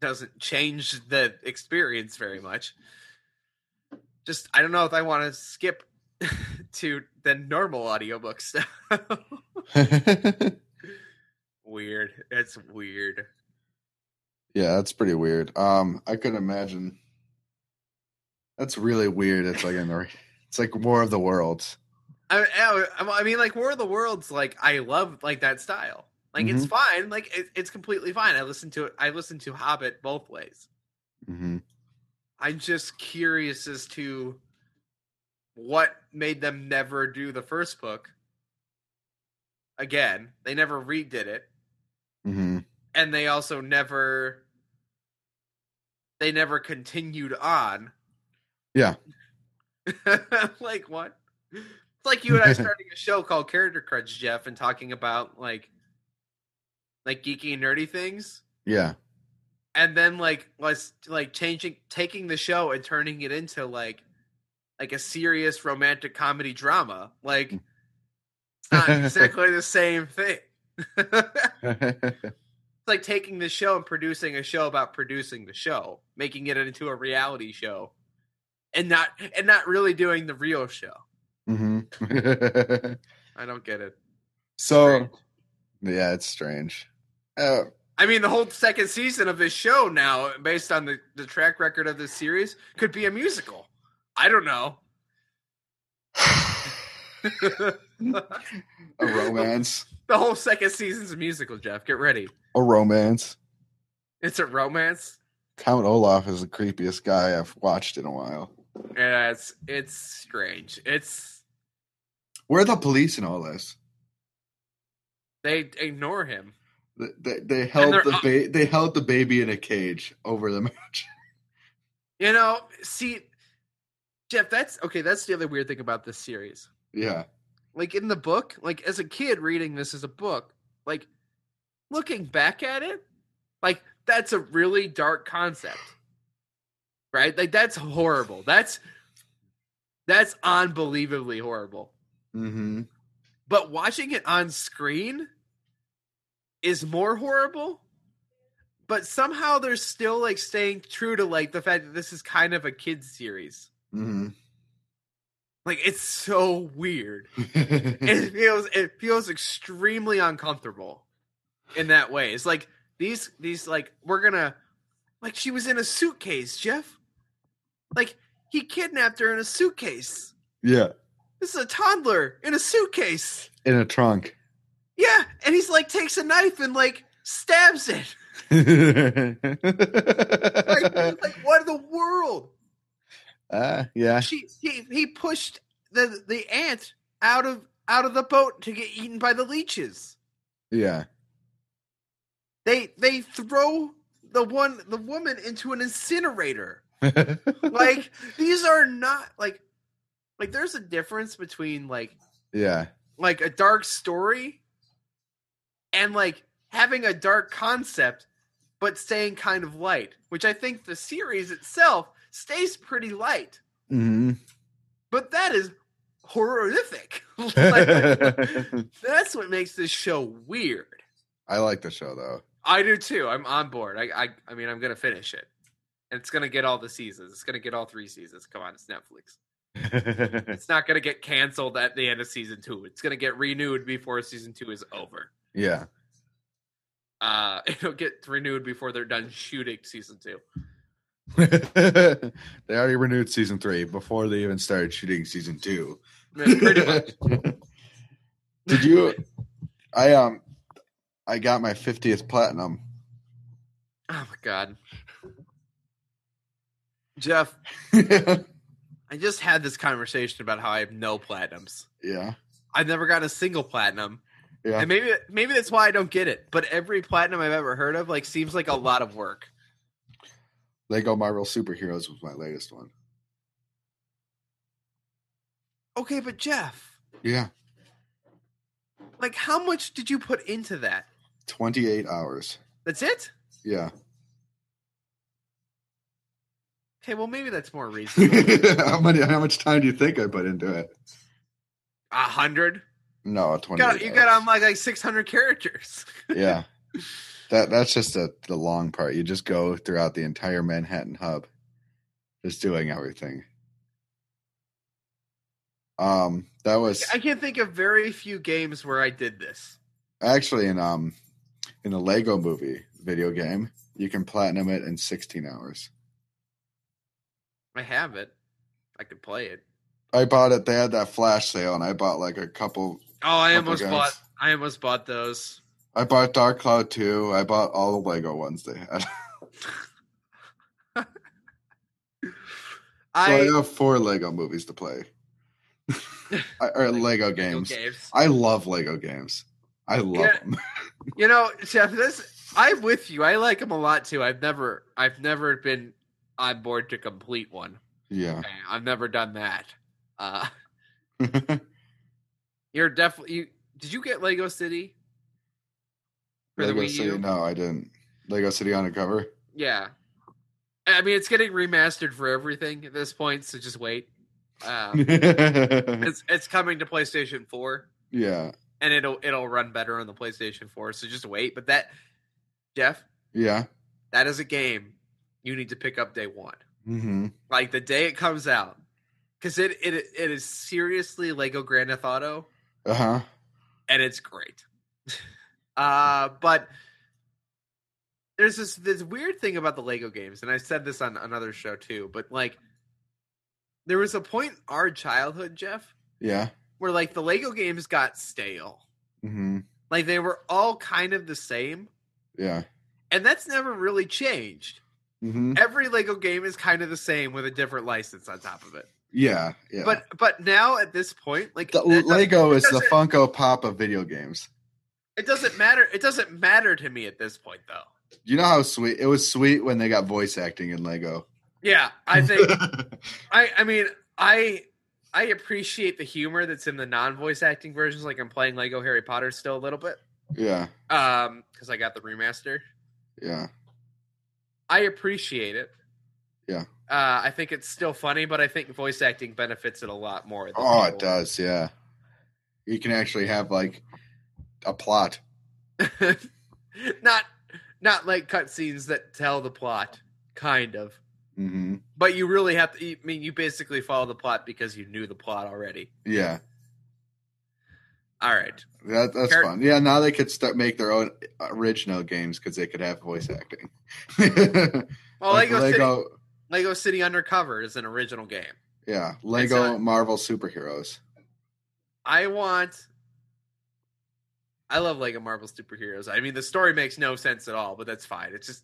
Speaker 2: Doesn't change the experience very much. Just I don't know if I want to skip to the normal audiobook stuff. weird. It's weird.
Speaker 3: Yeah, that's pretty weird. Um, I could imagine. That's really weird. It's like in the, it's like War of the Worlds.
Speaker 2: I, I, I mean, like War of the Worlds. Like I love like that style. Like it's fine. Like it, it's completely fine. I listen to it. I listen to Hobbit both ways.
Speaker 3: Mm-hmm.
Speaker 2: I'm just curious as to what made them never do the first book again. They never redid it,
Speaker 3: Mm-hmm.
Speaker 2: and they also never they never continued on.
Speaker 3: Yeah.
Speaker 2: like what? It's like you and I starting a show called Character Crunch, Jeff, and talking about like like geeky and nerdy things,
Speaker 3: Yeah.
Speaker 2: and then like let's like changing taking the show and turning it into like like a serious romantic comedy drama. Like it's not exactly the same thing. it's like taking the show and producing a show about producing the show, making it into a reality show, and not and not really doing the real show.
Speaker 3: mm-hmm.
Speaker 2: I don't get it.
Speaker 3: so, yeah, it's strange. Uh,
Speaker 2: I mean, the whole second season of this show now, based on the, the track record of this series, could be a musical. I don't know. the
Speaker 3: a romance.
Speaker 2: whole second season's a musical, Jeff. Get ready.
Speaker 3: A romance.
Speaker 2: It's a romance.
Speaker 3: Count Olaf is the creepiest guy I've watched in a while.
Speaker 2: Yeah, it's it's strange. It's
Speaker 3: Where are the police in all this?
Speaker 2: they ignore him.
Speaker 3: They, they, they held
Speaker 2: they're-
Speaker 3: the ba- they held the baby in a cage over the match.
Speaker 2: You know, see, Jeff. That's okay. That's the other weird thing about this series.
Speaker 3: yeah.
Speaker 2: Like in the book, like as a kid reading this as a book, like looking back at it, like that's a really dark concept. Right? Like that's horrible. That's that's unbelievably horrible.
Speaker 3: Mm-hmm.
Speaker 2: But watching it on screen is more horrible. But somehow they're still like staying true to like the fact that this is kind of a kids series. Like it's so weird.
Speaker 3: Mm-hmm.
Speaker 2: it feels it feels extremely uncomfortable in that way. It's like these these like we're gonna like she was in a suitcase, Jeff. Like He kidnapped her in a suitcase.
Speaker 3: Yeah,
Speaker 2: This is a toddler in a suitcase.
Speaker 3: in a trunk.
Speaker 2: Yeah, and he's like takes a knife and like stabs it. Like, like what in the world?
Speaker 3: uh, yeah,
Speaker 2: She he he pushed the the ant out of out of the boat to get eaten by the leeches.
Speaker 3: yeah,
Speaker 2: They they throw the one the woman into an incinerator. like these are not like like there's a difference between like
Speaker 3: yeah,
Speaker 2: like a dark story and like having a dark concept but staying kind of light which i think the series itself stays pretty light
Speaker 3: hmm
Speaker 2: but that is horrific Like, that's what makes this show weird
Speaker 3: I like the show though.
Speaker 2: i do too i'm on board i i, I mean i'm gonna finish it and it's gonna get all the seasons it's gonna get all three seasons come on it's netflix it's not going to get canceled at the end of season two. It's going to get renewed before season two is over.
Speaker 3: yeah,
Speaker 2: Uh, it'll get renewed before they're done shooting season two.
Speaker 3: they already renewed season three before they even started shooting season two.
Speaker 2: I mean, Pretty much.
Speaker 3: Did you? I um, I got my fiftieth platinum.
Speaker 2: Oh my god, Jeff!
Speaker 3: yeah.
Speaker 2: I just had this conversation about how I have no platinums. I've never gotten a single platinum,
Speaker 3: Yeah.
Speaker 2: and maybe maybe that's why I don't get it. But every platinum I've ever heard of, like, seems like a lot of work.
Speaker 3: Lego Marvel Superheroes was my latest one.
Speaker 2: Okay, but Jeff,
Speaker 3: Yeah.
Speaker 2: like, how much did you put into that?
Speaker 3: 28 hours.
Speaker 2: That's it.
Speaker 3: Yeah.
Speaker 2: Okay, well, maybe that's more reasonable.
Speaker 3: how many how much time do you think I put into it?
Speaker 2: A hundred.
Speaker 3: No,
Speaker 2: You
Speaker 3: 20.
Speaker 2: got you got on like like six hundred characters.
Speaker 3: Yeah. That that's just the the long part. You just go throughout the entire Manhattan hub just doing everything. Um that was
Speaker 2: I can think of very few games where I did this.
Speaker 3: actually in um in a Lego movie video game. You can platinum it in 16 hours.
Speaker 2: I have it. I could play it.
Speaker 3: I bought it. They had that flash sale, and I bought like a couple.
Speaker 2: Oh, I
Speaker 3: Couple
Speaker 2: almost
Speaker 3: games.
Speaker 2: bought. I almost bought those.
Speaker 3: I bought Dark Cloud 2. I bought all the Lego ones they had. So I,
Speaker 2: I
Speaker 3: have four Lego movies to play. I- or Lego games.
Speaker 2: games.
Speaker 3: I love Lego games. I love
Speaker 2: Yeah.
Speaker 3: them.
Speaker 2: You know, Jeff, this I'm with you. I like them a lot too. I've never, I've never been on board to complete one.
Speaker 3: yeah.
Speaker 2: Okay, I've never done that. Uh, you're definitely. You, did you get Lego City for the
Speaker 3: Lego
Speaker 2: Wii
Speaker 3: City?
Speaker 2: U?
Speaker 3: No, I didn't. Lego City Undercover.
Speaker 2: Yeah. I mean, it's getting remastered for everything at this point, so just wait. Um,
Speaker 3: yeah.
Speaker 2: it's it's coming to PlayStation 4, and it'll it'll run better on the PlayStation 4, so just wait. But that, Jeff,
Speaker 3: Yeah.
Speaker 2: that is a game you need to pick up day one,
Speaker 3: hmm
Speaker 2: like the day it comes out, because it, it it is seriously Lego Grand Theft Auto,
Speaker 3: Uh huh.
Speaker 2: and it's great.
Speaker 3: Hmm.
Speaker 2: uh, but there's this this weird thing about the Lego games, and I said this on another show too, but like there was a point in our childhood, Jeff,
Speaker 3: Yeah.
Speaker 2: where like the Lego games got stale.
Speaker 3: hmm
Speaker 2: Like they were all kind of the same.
Speaker 3: Yeah.
Speaker 2: And that's never really changed.
Speaker 3: hmm
Speaker 2: Every Lego game is kind of the same with a different license on top of it.
Speaker 3: Yeah. Yeah.
Speaker 2: But but now at this point, like
Speaker 3: the,
Speaker 2: that doesn't-
Speaker 3: Lego is the
Speaker 2: doesn't-
Speaker 3: Funko Pop of video games.
Speaker 2: it doesn't matter. It doesn't matter to me at this point though.
Speaker 3: You know how sweet it was sweet when they got voice acting in Lego.
Speaker 2: Yeah, I think I I mean I I appreciate the humor that's in the non voice acting versions. Like I'm playing Lego Harry Potter still a little bit,
Speaker 3: yeah,
Speaker 2: um, because I got the remaster.
Speaker 3: yeah,
Speaker 2: I appreciate it.
Speaker 3: Yeah.
Speaker 2: Uh, I think it's still funny, but I think voice acting benefits it a lot more. than
Speaker 3: oh, it
Speaker 2: people-
Speaker 3: does, yeah. You can actually have like a plot.
Speaker 2: not not like cutscenes that tell the plot, kind of.
Speaker 3: hmm
Speaker 2: But you really have to. I mean, you basically follow the plot because you knew the plot already.
Speaker 3: Yeah,
Speaker 2: All right.
Speaker 3: that, that's
Speaker 2: Fair-
Speaker 3: fun. Yeah, now they could start make their own original games because they could have voice acting.
Speaker 2: Well,
Speaker 3: Like
Speaker 2: Lego, City, Lego City Undercover is an original game.
Speaker 3: Yeah, Lego
Speaker 2: not-
Speaker 3: Marvel superheroes.
Speaker 2: I want. I love Lego Marvel superheroes. I mean, the story makes no sense at all, but that's fine. It's just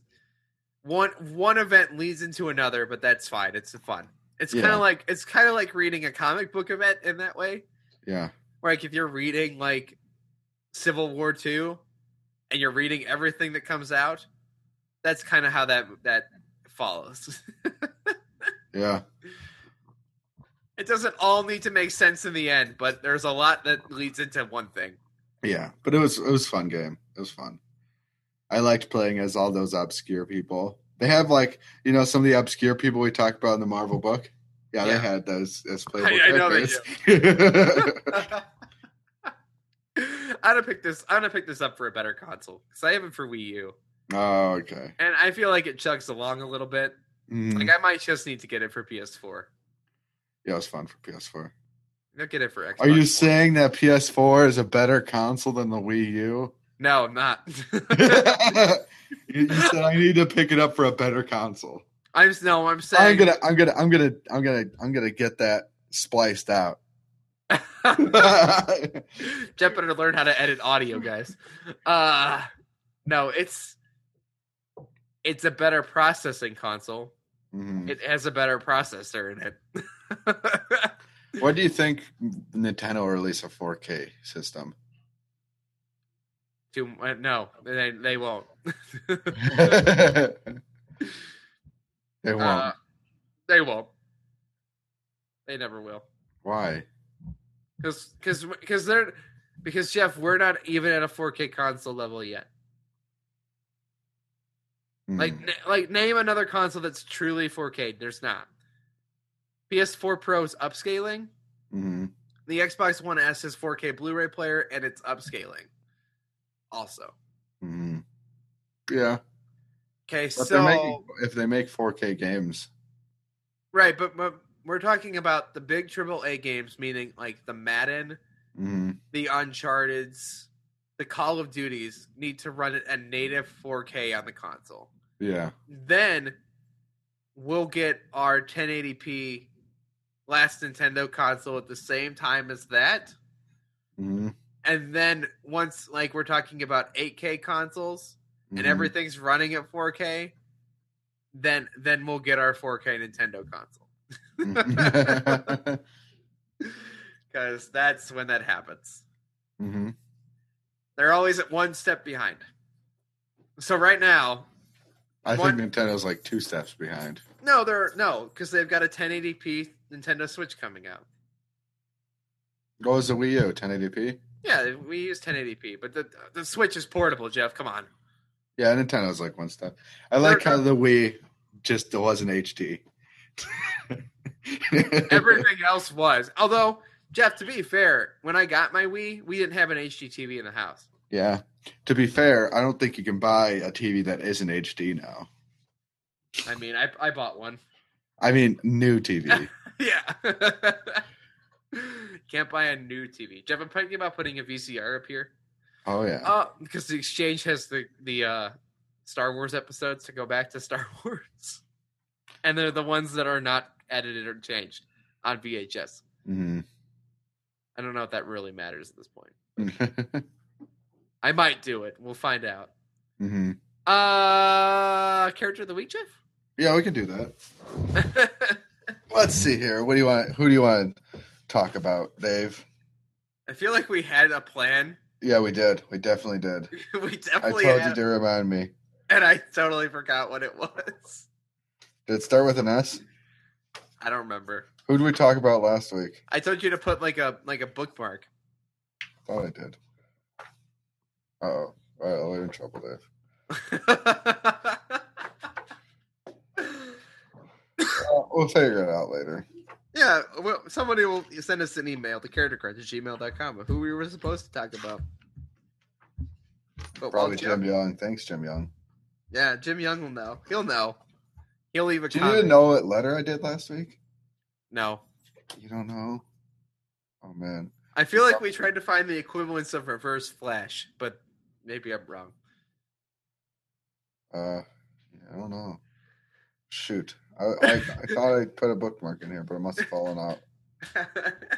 Speaker 2: one one event leads into another, but that's fine. It's fun. It's kind
Speaker 3: Yeah.
Speaker 2: of like it's kind of like reading a comic book event in that way.
Speaker 3: Yeah,
Speaker 2: Where, like if you're reading like Civil War Two, and you're reading everything that comes out, that's kind of how that that follows.
Speaker 3: yeah,
Speaker 2: it doesn't all need to make sense in the end, but there's a lot that leads into one thing.
Speaker 3: yeah. But it was it was a fun game. It was fun. I liked playing as all those obscure people. They have like you know some of the obscure people we talked about in the Marvel book. Yeah,
Speaker 2: Yeah.
Speaker 3: they had those as playable
Speaker 2: I know they
Speaker 3: characters. know
Speaker 2: I'm gonna pick this. I'm gonna pick this up for a better console because I have it for Wii U,
Speaker 3: oh, okay.
Speaker 2: and I feel like it chugs along a little bit.
Speaker 3: Mhm.
Speaker 2: Like I might just need to get it for PS4.
Speaker 3: Yeah, it was fun for PS4.
Speaker 2: I'll get it for Xbox.
Speaker 3: Are you
Speaker 2: One.
Speaker 3: saying that PS4 is a better console than the Wii U?
Speaker 2: No, I'm not.
Speaker 3: you, you said I need to pick it up for a better console.
Speaker 2: I'm s- no. I'm saying.
Speaker 3: I'm gonna, I'm gonna, I'm gonna, I'm gonna, I'm gonna get that spliced out. Hmm.
Speaker 2: Jeff better learn how to edit audio, guys. Uh no, it's it's a better processing console.
Speaker 3: Mhm.
Speaker 2: It has a better processor in it.
Speaker 3: What do you think Nintendo will release a 4K system?
Speaker 2: Too, uh, no, they they won't.
Speaker 3: they won't.
Speaker 2: Uh, they won't. They never will.
Speaker 3: Why?
Speaker 2: Because because because they're because Jeff, we're not even at a 4K console level yet. Like
Speaker 3: Hmm.
Speaker 2: na- like name another console that's truly 4K. There's not. PS4 Pro's upscaling.
Speaker 3: Mhm.
Speaker 2: The Xbox One S is 4K Blu-ray player and it's upscaling. Also,
Speaker 3: Mhm. yeah,
Speaker 2: okay,
Speaker 3: but
Speaker 2: so
Speaker 3: they're making, if they make 4K games,
Speaker 2: right, but, but we're talking about the big AAA games, meaning like the Madden,
Speaker 3: Mhm.
Speaker 2: the Uncharted's, the Call of Duties need to run a native 4K on the console.
Speaker 3: yeah,
Speaker 2: Then we'll get our 1080p last Nintendo console at the same time as that.
Speaker 3: Mhm.
Speaker 2: And then once like we're talking about 8K consoles and
Speaker 3: Mhm.
Speaker 2: everything's running at 4K, then then we'll get our 4K Nintendo console.
Speaker 3: hmm. Mhm.
Speaker 2: Cuz that's when that happens.
Speaker 3: hmm.
Speaker 2: They're always at one step behind. So right now,
Speaker 3: I
Speaker 2: One-
Speaker 3: think Nintendo's like two steps behind.
Speaker 2: No, they're no, because they've got a 1080p Nintendo Switch coming out.
Speaker 3: What was Oh, the Wii U? 1080p?
Speaker 2: Yeah, we use 1080p, but the the Switch is portable. Jeff, come on.
Speaker 3: Yeah, Nintendo's like one step. I like how the Wii just wasn't HD.
Speaker 2: Everything else was. Although, Jeff, to be fair, when I got my Wii, we didn't have an HDTV in the house.
Speaker 3: yeah. To be fair, I don't think you can buy a TV that isn't HD now.
Speaker 2: I mean, I I bought one.
Speaker 3: I mean, new TV.
Speaker 2: yeah. Can't buy a new TV. Jeff, I'm thinking about putting a VCR up here.
Speaker 3: oh yeah.
Speaker 2: Oh, because the exchange has the the uh, Star Wars episodes to go back to Star Wars, and they're the ones that are not edited or changed on VHS.
Speaker 3: Mhm.
Speaker 2: I don't know if that really matters at this point.
Speaker 3: Mm-hmm.
Speaker 2: I might do it. We'll find out.
Speaker 3: Mhm.
Speaker 2: Uh, character of the week, Jeff.
Speaker 3: Yeah, we can do that. Let's see here. What do you want? Who do you want to talk about, Dave?
Speaker 2: I feel like we had a plan.
Speaker 3: Yeah, we did. We definitely did.
Speaker 2: we
Speaker 3: I
Speaker 2: definitely
Speaker 3: told
Speaker 2: had,
Speaker 3: you to remind me.
Speaker 2: and I totally forgot what it was.
Speaker 3: Did it start with an S?
Speaker 2: I don't remember.
Speaker 3: Who did we talk about last week?
Speaker 2: I told you to put like a like a bookmark.
Speaker 3: Thought I did. Oh, well, we're in trouble, Dave. Uh, we'll figure it out later.
Speaker 2: Yeah, well, somebody will send us an email, the character card at gmail.com, of who we were supposed to talk about. But
Speaker 3: Probably
Speaker 2: while
Speaker 3: Jim Young. Thanks, Jim Young.
Speaker 2: Yeah, Jim Young will know. He'll know. He'll leave a
Speaker 3: Do you
Speaker 2: comment.
Speaker 3: even know what letter I did last week?
Speaker 2: No.
Speaker 3: You don't know? Oh man.
Speaker 2: I feel like we tried to find the equivalence of reverse flash, but maybe I'm wrong.
Speaker 3: Uh, I don't know. Shoot, I, I, I thought I put a bookmark in here, but it must have fallen out.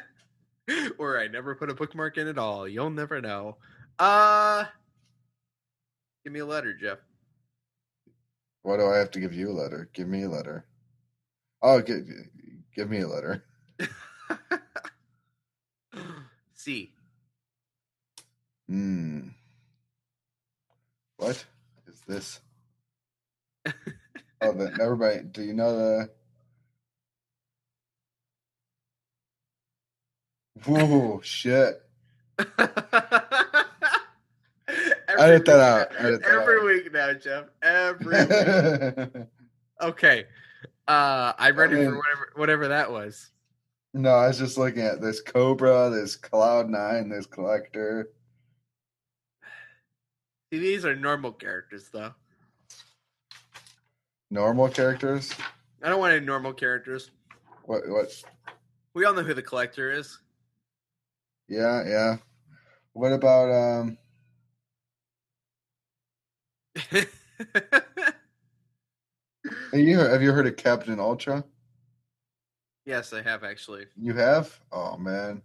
Speaker 2: or I never put a bookmark in at all. You'll never know. Uh give me a letter, Jeff.
Speaker 3: Why do I have to give you a letter? Give me a letter. Oh, give, give me a letter.
Speaker 2: C.
Speaker 3: Hmm. What is this? oh, the, never mind. Do you know the? Whoa, shit!
Speaker 2: Every
Speaker 3: Edit that out.
Speaker 2: week-
Speaker 3: Edit that
Speaker 2: every
Speaker 3: out.
Speaker 2: week now, Jeff. Every week. Okay. Uh I'm ready
Speaker 3: mean-
Speaker 2: for whatever whatever that was.
Speaker 3: no, I was just looking at this Cobra, this Cloud Nine, this Collector.
Speaker 2: See, these are normal characters though.
Speaker 3: Normal characters.
Speaker 2: I don't want any normal characters.
Speaker 3: What? What?
Speaker 2: We all know who the collector is.
Speaker 3: Yeah, yeah. What about um? Have you have you heard of Captain Ultra?
Speaker 2: yes, I have actually.
Speaker 3: You have? Oh man.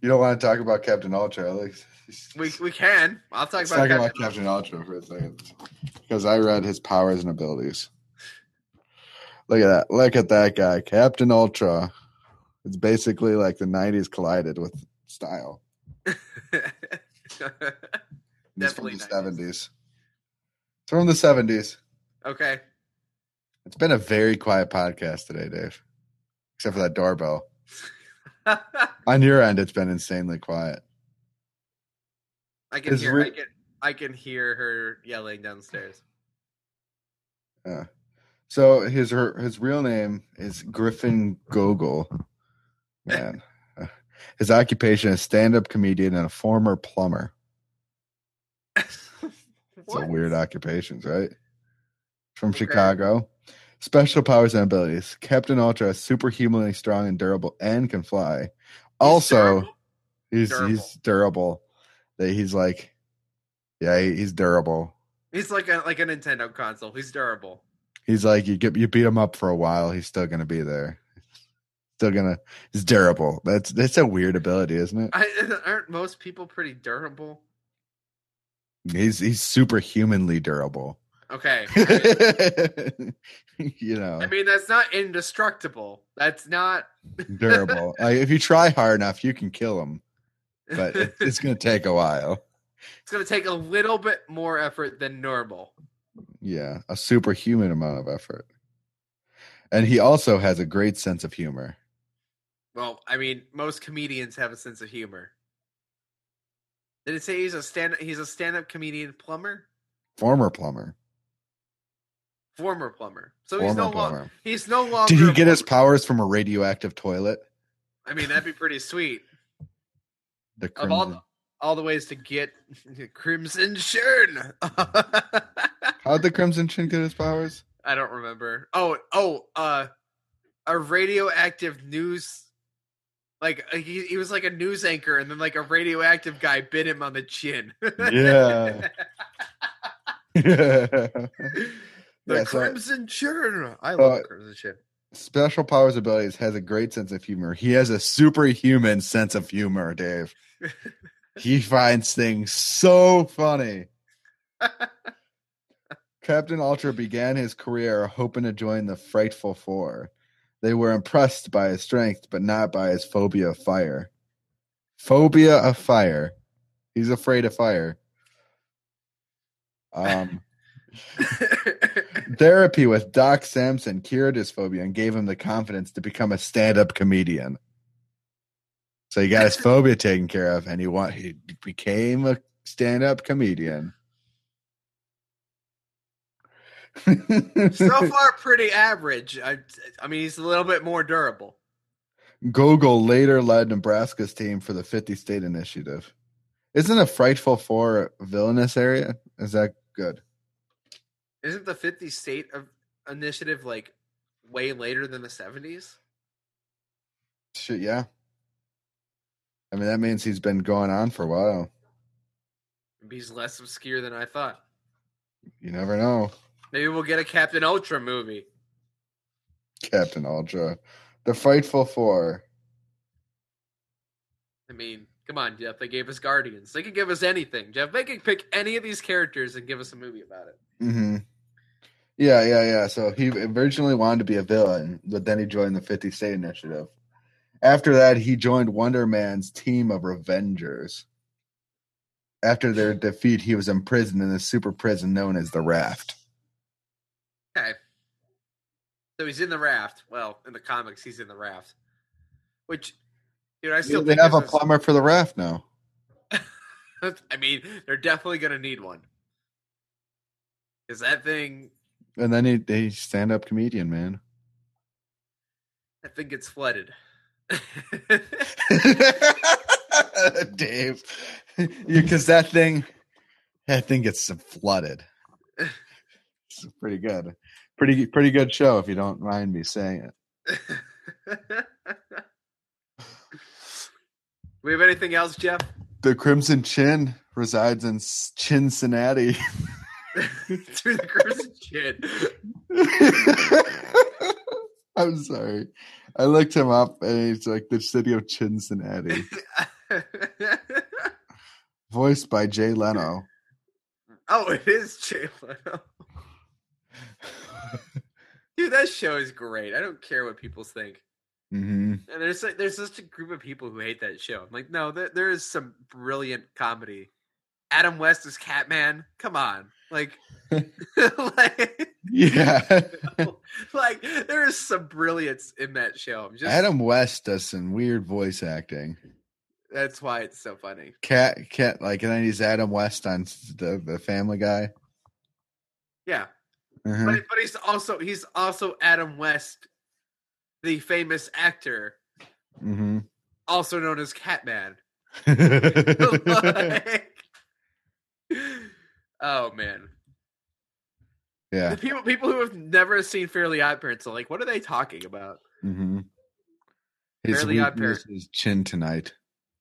Speaker 3: You don't want to talk about Captain Ultra, Alex.
Speaker 2: We we can. I'll talk
Speaker 3: Let's
Speaker 2: about
Speaker 3: talk
Speaker 2: Captain
Speaker 3: about Captain Ultra for a second because I read his powers and abilities. Look at that! Look at that guy, Captain Ultra. It's basically like the '90s collided with style. It's from
Speaker 2: Definitely
Speaker 3: the
Speaker 2: 90s.
Speaker 3: '70s. It's from the '70s.
Speaker 2: okay.
Speaker 3: It's been a very quiet podcast today, Dave. Except for that doorbell.
Speaker 2: I
Speaker 3: On your end, it's been insanely quiet.
Speaker 2: can
Speaker 3: Is
Speaker 2: hear
Speaker 3: re-
Speaker 2: I can I can hear her yelling downstairs.
Speaker 3: So his her, his real name is Griffin Gogol. Man, his occupation is stand up comedian and a former plumber. So
Speaker 2: What?
Speaker 3: weird occupations, right? From
Speaker 2: Okay.
Speaker 3: Chicago. Special powers and abilities. Captain Ultra is superhumanly strong and durable and can fly. Also,
Speaker 2: durable?
Speaker 3: he's
Speaker 2: Durable.
Speaker 3: he's durable. That he's like, yeah, he- he's durable.
Speaker 2: He's like a like a Nintendo console. He's durable.
Speaker 3: He's like, you get you beat him up for a while, he's still gonna be there. Still gonna, he's durable. That's that's a weird ability, isn't it?
Speaker 2: I, aren't most people pretty durable?
Speaker 3: He's he's superhumanly durable.
Speaker 2: Okay.
Speaker 3: you know,
Speaker 2: I mean that's not indestructible. That's not
Speaker 3: durable. Like if you try hard enough, you can kill him, but it, it's gonna take a while.
Speaker 2: It's going to take a little bit more effort than normal.
Speaker 3: Yeah, a superhuman amount of effort. And he also has a great sense of humor.
Speaker 2: Well, I mean, most comedians have a sense of humor. Did it say he's a stand? He's a stand-up comedian, plumber,
Speaker 3: Former plumber.
Speaker 2: former plumber. So
Speaker 3: Former
Speaker 2: he's no longer.
Speaker 3: plumber.
Speaker 2: He's no longer.
Speaker 3: Did he
Speaker 2: a
Speaker 3: get his
Speaker 2: plumber.
Speaker 3: powers from a radioactive toilet?
Speaker 2: I mean, that'd be pretty sweet.
Speaker 3: The
Speaker 2: Of all the,
Speaker 3: crimson.
Speaker 2: all the ways to get crimson churn.
Speaker 3: How'd the Crimson Chin get his powers?
Speaker 2: I don't remember. Oh, oh, uh, a radioactive news. Like uh, he, he was like a news anchor, and then like a radioactive guy bit him on the chin.
Speaker 3: Yeah.
Speaker 2: The
Speaker 3: Yeah, so-
Speaker 2: Crimson Churn. I
Speaker 3: love
Speaker 2: love Crimson Churn.
Speaker 3: Special powers abilities has a great sense of humor. He has a superhuman sense of humor, Dave. he finds things so funny. Captain Ultra began his career hoping to join the Frightful Four. They were impressed by his strength, but not by his phobia of fire. Phobia of fire. He's afraid of fire. Um, therapy with Doc Samson cured his phobia and gave him the confidence to become a stand-up comedian. So he got his phobia taken care of, and he want he became a stand-up comedian.
Speaker 2: so far, pretty average. I, I mean, he's a little bit more durable.
Speaker 3: Gogol later led Nebraska's team for the 50 state initiative. Isn't a frightful four villainous area? Is that good?
Speaker 2: Isn't the 50 state of initiative like way later than the 70s?
Speaker 3: Shit, yeah. I mean, that means he's been going on for a while.
Speaker 2: Maybe he's less obscure than I thought.
Speaker 3: You never know.
Speaker 2: Maybe we'll get a Captain Ultra movie.
Speaker 3: Captain Ultra, the Fightful Four.
Speaker 2: I mean, come on, Jeff. They gave us Guardians. They could give us anything, Jeff. They could pick any of these characters and give us a movie about it.
Speaker 3: Mm-hmm. Yeah, yeah, yeah. So he originally wanted to be a villain, but then he joined the 50 State Initiative. After that, he joined Wonder Man's team of Revengers. After their defeat, he was imprisoned in a super prison known as the Raft.
Speaker 2: Okay. So he's in the raft. Well, in the comics, he's in the raft. Which, dude, I still
Speaker 3: they
Speaker 2: think
Speaker 3: have a
Speaker 2: this is-
Speaker 3: plumber for the raft now.
Speaker 2: I mean, they're definitely gonna need one. Is that thing?
Speaker 3: And then he, he stand up comedian, man.
Speaker 2: That thing gets flooded.
Speaker 3: Dave. Because that thing, that thing gets flooded. It's pretty good. Pretty pretty good show if you don't mind me saying it.
Speaker 2: we have anything else, Jeff?
Speaker 3: The Crimson Chin resides in S- Cincinnati.
Speaker 2: to the crimson chin.
Speaker 3: I'm sorry. I looked him up and he's like the city of Cincinnati, voiced by Jay Leno.
Speaker 2: oh, it is Jay Leno. Dude, that show is great. I don't care what people think.
Speaker 3: hmm
Speaker 2: And there's like, there's just a group of people who hate that show. I'm like, no, there, there is some brilliant comedy. Adam West is Catman. Come on, like, like,
Speaker 3: Yeah.
Speaker 2: like, there is some brilliance in that show. I'm just
Speaker 3: Adam West does some weird voice acting.
Speaker 2: That's why it's so funny.
Speaker 3: Cat, cat, like, and then he's Adam West on s- the, the Family Guy.
Speaker 2: Yeah,
Speaker 3: Uh-huh.
Speaker 2: but, but he's also he's also Adam West, the famous actor,
Speaker 3: hmm
Speaker 2: also known as Catman.
Speaker 3: yeah,
Speaker 2: Like- oh man, the people people who have never seen Fairly Odd Parents are like, what are they talking about?
Speaker 3: hmm his
Speaker 2: Fairly Odd
Speaker 3: weakness is chin tonight.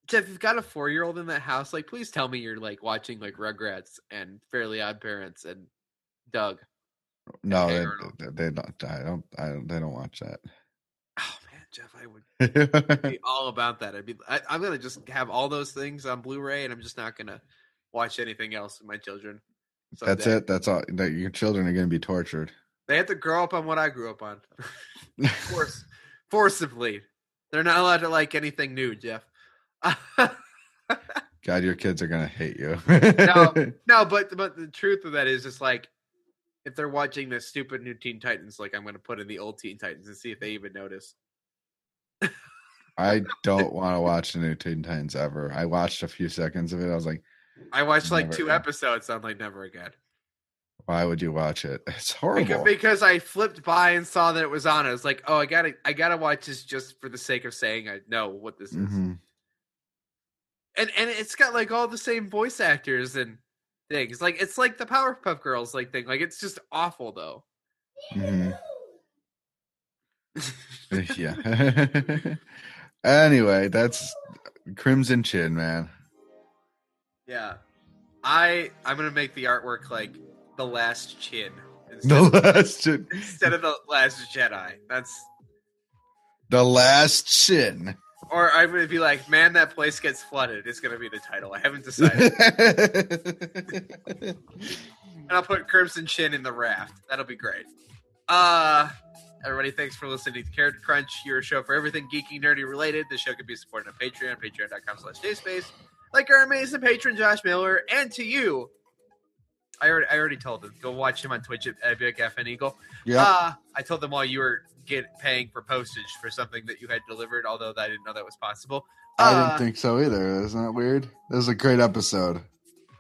Speaker 2: Jeff, you've got a four year old in the house. Like, please tell me you're like watching like Rugrats and Fairly Odd Parents and Doug.
Speaker 3: No,
Speaker 2: Okay,
Speaker 3: they,
Speaker 2: Arnold.
Speaker 3: they, they don't. I don't. I don't. They don't watch
Speaker 2: Oh man, Jeff, I would
Speaker 3: that.
Speaker 2: be all about that. I'd be, I, I'm gonna just have all those things on Blu-ray, and I'm just not gonna watch anything else with my children.
Speaker 3: That's
Speaker 2: someday.
Speaker 3: it. That's all. That your children are going to be tortured.
Speaker 2: They have to grow up on what I grew up on, force, forcibly. They're not allowed to like anything new, Jeff.
Speaker 3: God, your kids are going to hate you.
Speaker 2: No. no, but but the truth of that is, it's like if they're watching the stupid new Teen Titans, like I'm gonna put in the old Teen Titans and see if they even notice.
Speaker 3: I don't want to watch the new Teen Titans ever. I watched a few seconds of it. I was like,
Speaker 2: I watched like
Speaker 3: Never
Speaker 2: two
Speaker 3: again.
Speaker 2: episodes. I'm like, never again.
Speaker 3: why would you watch it? It's
Speaker 2: Because,
Speaker 3: horrible.
Speaker 2: because I flipped by and saw that it was on. I was like, oh, I gotta, I gotta watch this just for the sake of saying I know what this is.
Speaker 3: Mhm.
Speaker 2: And and it's got like all the same voice actors and things. Like it's like the Powerpuff Girls like thing. Like it's just awful though.
Speaker 3: Mhm. yeah. anyway, that's Crimson Chin, man.
Speaker 2: Yeah, I I'm gonna make the artwork like the Last Chin instead,
Speaker 3: The last chin.
Speaker 2: instead of the Last Jedi. That's
Speaker 3: The last chin.
Speaker 2: or I'm gonna be like, man, that place gets flooded. It's gonna be the title. I haven't decided. and I'll put Crimson Chin in the raft. That'll be great. Uh everybody, thanks for listening to Character Crunch, your show for everything geeky, nerdy related. The show can be supported on Patreon, patreon.com slash dayspace. Like our amazing patron Josh Miller, and to you. I already I already told them. Go watch him on Twitch at Epic FN Eagle.
Speaker 3: yeah.
Speaker 2: Uh, I told them while you were get paying for postage for something that you had delivered, although I didn't know that was possible.
Speaker 3: I
Speaker 2: Uh,
Speaker 3: didn't think so either. Isn't that weird? That was a great episode.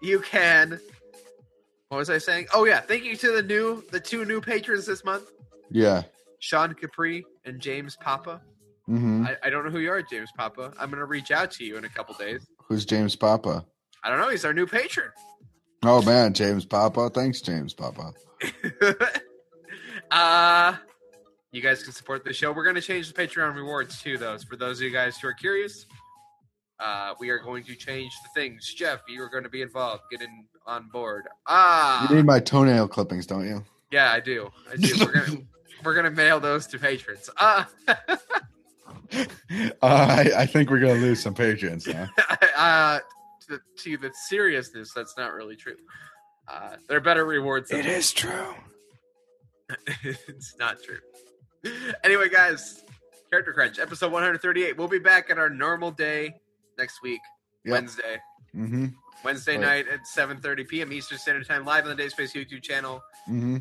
Speaker 2: you can. What was I saying? Oh yeah, thank you to the new the two new patrons this month,
Speaker 3: Yeah.
Speaker 2: Sean Capri and James Papa.
Speaker 3: hmm
Speaker 2: I, I don't know who you are, James Papa. I'm gonna reach out to you in a couple days.
Speaker 3: Who's James Papa?
Speaker 2: I don't know. He's our new patron.
Speaker 3: Oh man, James Papa. Thanks, James Papa.
Speaker 2: uh you guys can support the show. We're gonna change the Patreon rewards too, those for those of you guys who are curious. Uh, we are going to change the things. Jeff, you are going to be involved. Get in on board. Ah,
Speaker 3: You need my toenail clippings, don't you?
Speaker 2: Yeah, I do. I do. We're gonna we're gonna mail those to patrons. Uh,
Speaker 3: Uh, I, I think we're gonna lose some patrons now.
Speaker 2: uh to, the, to the seriousness, that's not really true. Uh, there are better rewards. Than
Speaker 3: is true.
Speaker 2: it's not true. Anyway, guys, Character Crunch, episode 138. We'll be back at our normal day next week,
Speaker 3: Yep.
Speaker 2: Wednesday.
Speaker 3: Mm-hmm.
Speaker 2: Wednesday
Speaker 3: Right.
Speaker 2: night at 7.30 p.m. Eastern Standard Time, live on the Dayspace YouTube channel.
Speaker 3: Mm-hmm.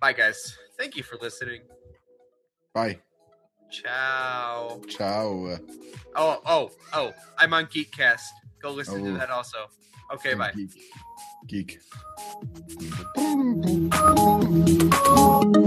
Speaker 2: Bye, guys. Thank you for listening.
Speaker 3: Bye.
Speaker 2: Ciao.
Speaker 3: Ciao.
Speaker 2: Oh, oh, oh, I'm on GeekCast. Go listen to
Speaker 3: Oh.
Speaker 2: that also. Okay, bye.
Speaker 3: Geek. Geek.